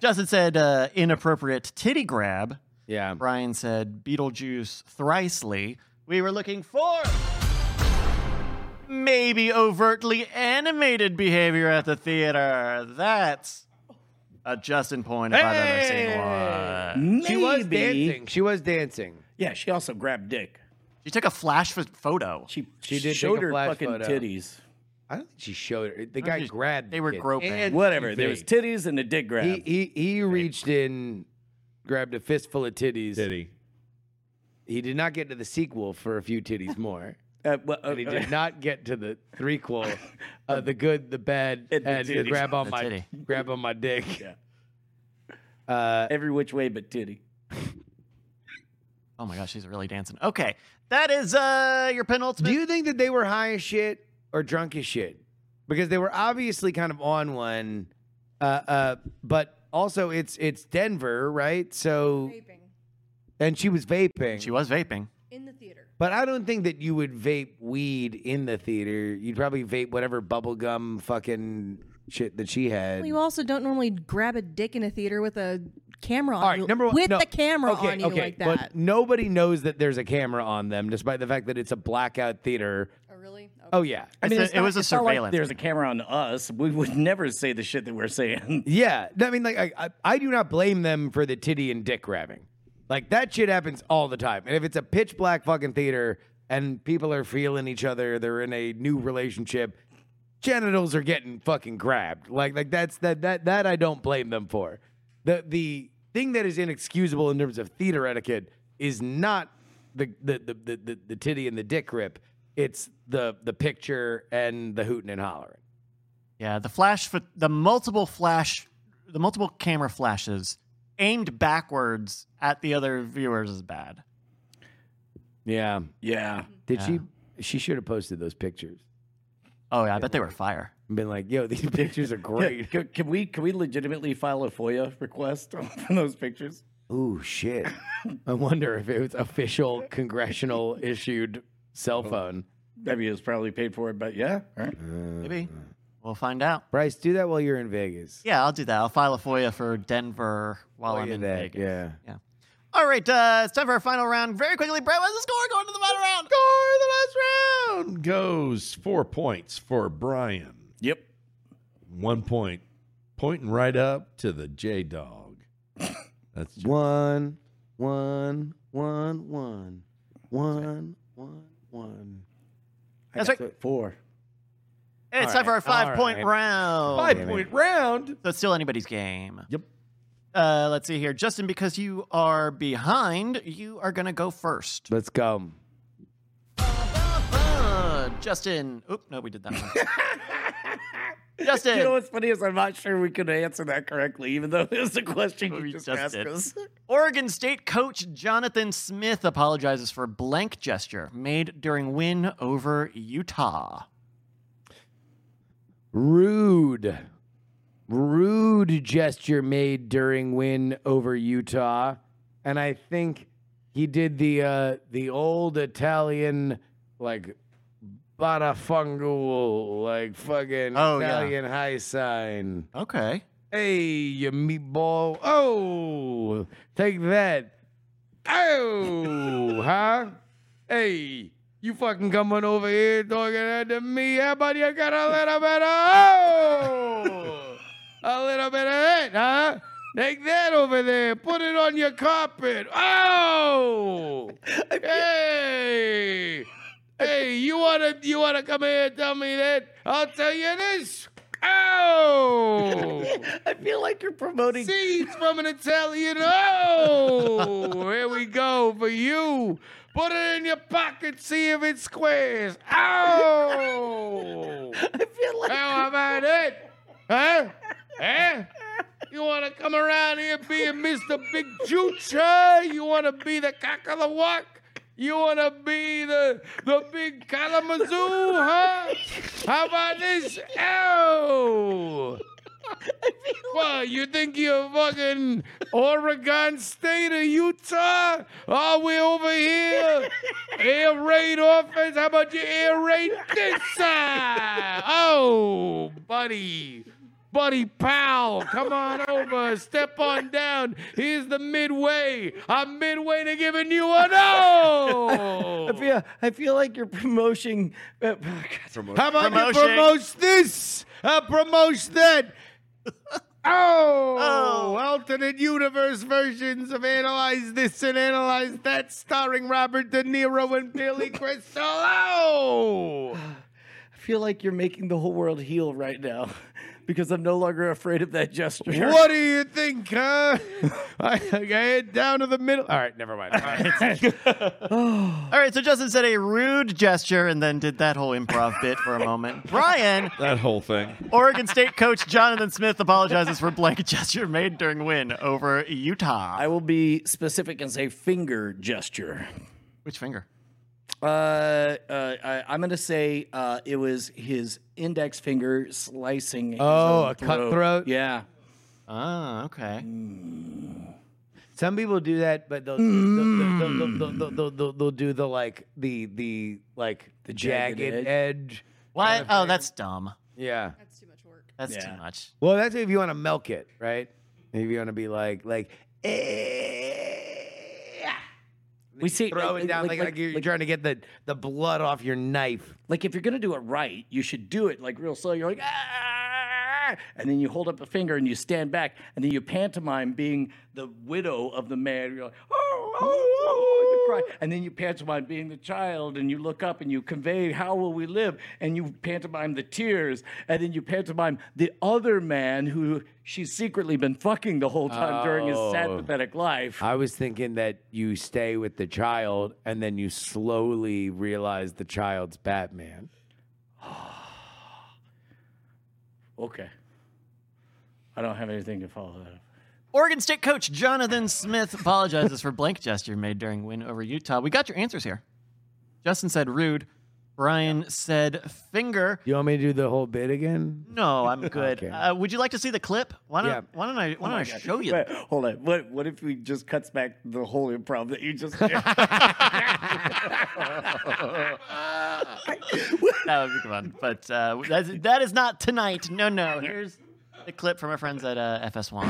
Justin said uh, inappropriate titty grab.
yeah.
Brian said Beetlejuice thricely. We were looking for maybe overtly animated behavior at the theater. That's a Justin point about never seeing one.
Maybe.
She was dancing. She was dancing.
Yeah, she also grabbed dick.
She took a flash ph- photo.
She,
She did
showed
take a
her
flash
fucking
photo.
titties.
I don't think she showed her. The guy
she-
grabbed.
they were
it.
groping.
And
Whatever.
she
There was
faked.
titties and a dick grab.
He he he reached in, grabbed a fistful of titties.
City.
He did not get to the sequel for a few titties more.
Uh, well, uh,
But he did not get to the threequel, uh, the good, the bad,
And
and,
the
the
titty.
grab on
The
my
titty.
grab on my dick.
Yeah.
Uh,
every which way but titty.
Oh my gosh, she's really dancing. Okay, that is uh your penultimate.
do you think that they were high as shit or drunk as shit? Because they were obviously kind of on one, uh, uh, but also it's it's Denver, right? So
Vaping
and she was vaping.
she was vaping.
in the theater.
But I don't think that you would vape weed in the theater. You'd probably vape whatever bubblegum fucking shit that she had.
Well, you also don't normally grab a dick in a theater with a camera on
All right,
you.
number one.
with
no,
the camera
okay,
on you
okay,
like
but
that.
nobody knows that there's a camera on them, despite the fact that it's a blackout theater.
Oh, really? Okay.
Oh yeah,
I mean,
It's a-
it's
it
not-
was a
it's not like
surveillance
there's a camera on us. We would never say the shit that we're saying.
yeah. I mean, like I, I, I do not blame them for the titty and dick grabbing. Like that shit happens all the time. And if it's a pitch black fucking theater and people are feeling each other, they're in a new relationship. Genitals are getting fucking grabbed. Like like that's that that that I don't blame them for. The the thing that is inexcusable in terms of theater etiquette is not the the the the, the, the titty and the dick rip. It's the the picture and the hooting and hollering.
Yeah, the flash, pho- the multiple flash, the multiple camera flashes aimed backwards at the other viewers is bad.
Yeah.
Yeah.
Did
Yeah.
she? She should have posted those pictures.
Oh yeah, I bet they were fire.
And been like, yo, these pictures are great.
Can, can we can we legitimately file a FOIA request on those pictures?
Ooh, shit. I wonder if it was official congressional issued cell phone.
I mean, it's probably paid for, but yeah, all right.
Maybe Mm-hmm. we'll find out.
Bryce, do that while you're in Vegas.
Yeah, I'll do that. I'll file a FOIA for Denver while
Look
I'm
at
in
that,
Vegas.
Yeah.
All right, uh, it's time for our final round. Very quickly, Brett, what's the score going to the final round?
Score of the last round goes four points for Brian.
Yep.
One point, pointing right up to the J Dog. That's
One, one, one, one, one, one, one. I
That's
got
right.
to- Four.
It's time for our five-point round.
five point round.
So it's still anybody's game.
Yep.
Uh, let's see here, Justin. Because you are behind, you are gonna go first.
Let's go.
Uh, Justin. Oop, no, we did that one. Justin.
You know what's funny is I'm not sure we could answer that correctly, even though it was a question you
We
just,
just
asked
did.
us.
Oregon State coach Jonathan Smith apologizes for blank gesture made during win over Utah.
Rude. Rude gesture made during win over Utah. And I think he did the uh, the old Italian like badafungal like fucking
Oh, yeah.
Italian high sign.
Okay.
Hey, you meatball. Oh, take that. Oh, huh? Hey, you fucking coming over here talking at to me? How about you got a little bit of oh, a little bit of that, huh? Take that over there. Put it on your carpet. Oh, hey, hey, you wanna you wanna come here and tell me that? I'll tell you this. Oh.
I feel like you're promoting.
Seeds from an Italian. Oh, here we go for you. Put it in your pocket. See if it squares. Oh,
I feel like
how about it? Huh? Huh? You want to come around here being Mr. Big Jucha? You want to be the cock of the walk? You want to be the the big Kalamazoo, huh? How about this? Oh. Well, you think you're fucking Oregon State or Utah? Are we over here? air raid offense? How about you air raid this side? Oh, buddy. Buddy pal, come on over. Step on down. Here's the midway. I'm midway to giving you an
I
O.
feel, I feel like you're promoting. Uh, oh, God.
How about
Promotion.
you promote this? Uh, promote that. Oh, alternate universe versions of Analyze This and Analyze That, starring Robert De Niro and Billy Crystal. Oh,
I feel like you're making the whole world heal right now because I'm no longer afraid of that gesture.
what do you think, huh? I, I head down to the middle. All right, never mind. All right.
All right, so Justin said a rude gesture and then did that whole improv bit for a moment. Brian,
That whole thing.
Oregon State coach Jonathan Smith apologizes for blank gesture made during win over Utah.
I will be specific and say finger gesture.
Which finger?
Uh, uh, I, I'm going to say uh, it was his index finger slicing. his
Oh,
own
a cutthroat?
Yeah.
Ah, okay.
Mm,
Some people do that, but they'll, they'll, they'll, they'll, they'll, they'll, they'll, they'll do the like the the like the jagged,
jagged
edge.
uh,
What? Oh, that's dumb.
Yeah.
That's too much work.
That's
Yeah.
too much.
Well, that's if you want to milk it, right? If you want to be like, like, eh,
We see
throw it down like, like, you're trying to get the, the blood off your knife.
like if you're gonna do it right, you should do it like real slow. You're like, ah, and then you hold up a finger and you stand back, and then you pantomime being the widow of the man. You're like, oh, oh, oh, oh," and you cry, and then you pantomime being the child, and you look up and you convey how will we live, and you pantomime the tears, and then you pantomime the other man who she's secretly been fucking the whole time during his sad,
Oh.
pathetic life.
I was thinking that you stay with the child and then you slowly realize the child's Batman.
Okay. I don't have anything to follow that up.
Oregon State coach Jonathan Smith apologizes for blank gesture made during win over Utah. We got your answers here. Justin said rude. Brian said finger.
You want me to do the whole bit again?
No, I'm good.
Okay.
uh, would you like to see the clip? Why don't
Yeah. Oh
Why don't I Why don't I show you?
Wait, hold on. What what if we just cuts back the whole improv that you just did?
that would be fun. But uh, that's, that is not tonight. No, no. Here's the clip from our friends at uh, FS1.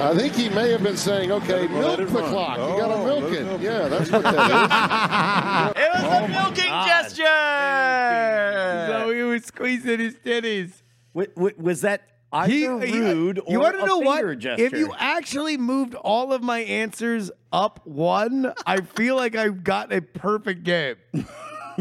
I think he may have been saying, okay, milk the clock. you got to Oh, milk it. Yeah, that's what that is.
it was
Oh
the milking gesture.
So
he was squeezing his titties.
was that either rude or
you wanna
a
know
finger
what?
gesture?
If you actually moved all of my answers up one, I feel like I've got a perfect game.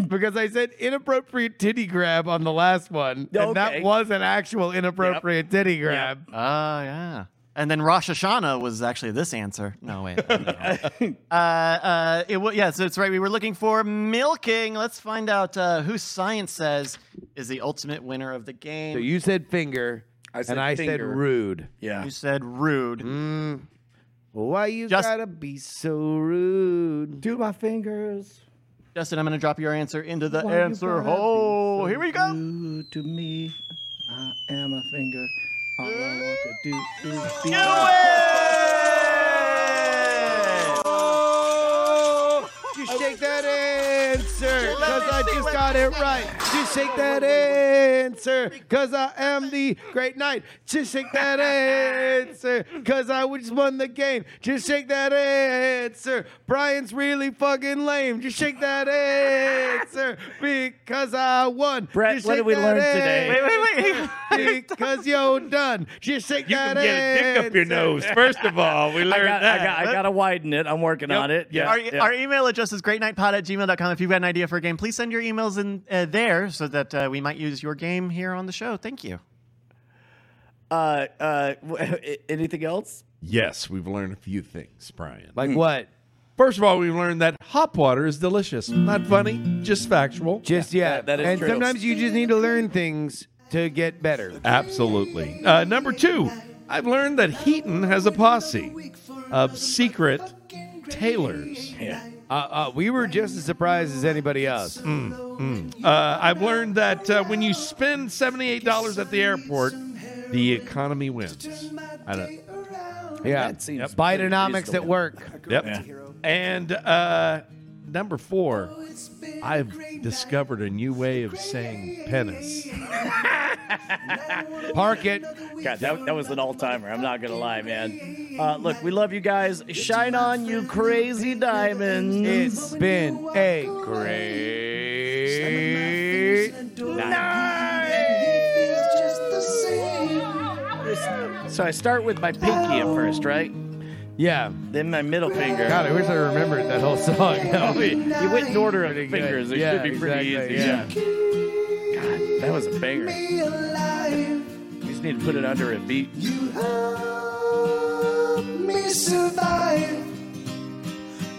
because I said inappropriate titty grab on the last one, and
Okay.
that was an actual inappropriate titty grab.
Oh, yeah. And then Rosh Hashanah was actually this answer. No, wait. uh, uh, it wa- yes, that's right. We were looking for milking. Let's find out uh, who science says is the ultimate winner of the game.
So you said finger,
said
and I said
finger.
rude.
yeah.
You said rude.
Mm.
Why you
Just-
gotta be so rude?
Do my fingers.
Justin, I'm going to drop your answer into the
Why you
answer
gotta be
Oh,
hole.
so
Here we go.
rude to me, I am a finger. All I want to do is be.
Do it!
Just Oh, shake that answer,
Let
cause
me
I
see
just
what
got
you
it
say.
right. Just shake that answer, cause I am the great knight. Just shake that answer, cause I just won the game. Just shake that answer. Brian's really fucking lame. Just shake that answer, because I won.
Brett,
Just
what
shake
did we
that
learn today?
Wait, wait, wait.
because you're done. Just shake
You
that
can get a dick up your
answer.
nose. First of all, we learned
I got, I
that.
got, I got to widen it. I'm working on it. Yeah.
our,
yeah.
our email address is greatnightpod at gmail.com. If you've got an idea for a game, please send your emails in uh, there so that uh, we might use your game here on the show. Thank you.
uh, uh, w- anything else?
Yes, we've learned a few things, Brian.
Hmm.
Like what?
First of all, we've learned that hop water is delicious. Not funny, just factual.
Just yet.
that is
and
true.
sometimes you just need to learn things to get better.
Absolutely. Uh, number two, I've learned that Heaton has a posse of secret tailors.
Uh, uh, we were just as surprised as anybody else.
Uh, I've learned that uh, when you spend seventy-eight dollars at the airport, the economy wins. I don't,
Yeah.
That seems
Bidenomics at work.
yep.
Yeah.
And uh, number four, I've discovered a new way of saying penis.
Park it.
God, that, that was an all timer. I'm not going to lie, man. Uh, look, we love you guys. Shine on, you crazy diamonds.
It's been a great
So I start with my pinky at first, right?
Yeah.
Then my middle finger.
God, I wish I remembered that whole song. That would be
You went in order of
good.
fingers. It
Yeah,
should be pretty
exactly,
easy. Yeah. God, that was a banger. You just need to put it under a beat.
me survive.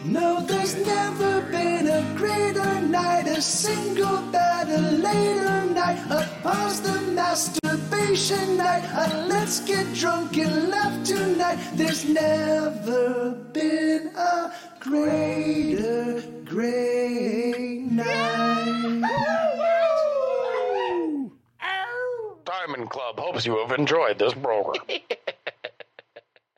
No, there's never been a greater night, a single better later night. Pause the masturbation night. Uh, let's get drunk and laugh tonight. There's never been a greater, great night.
Diamond Club hopes you have enjoyed this program.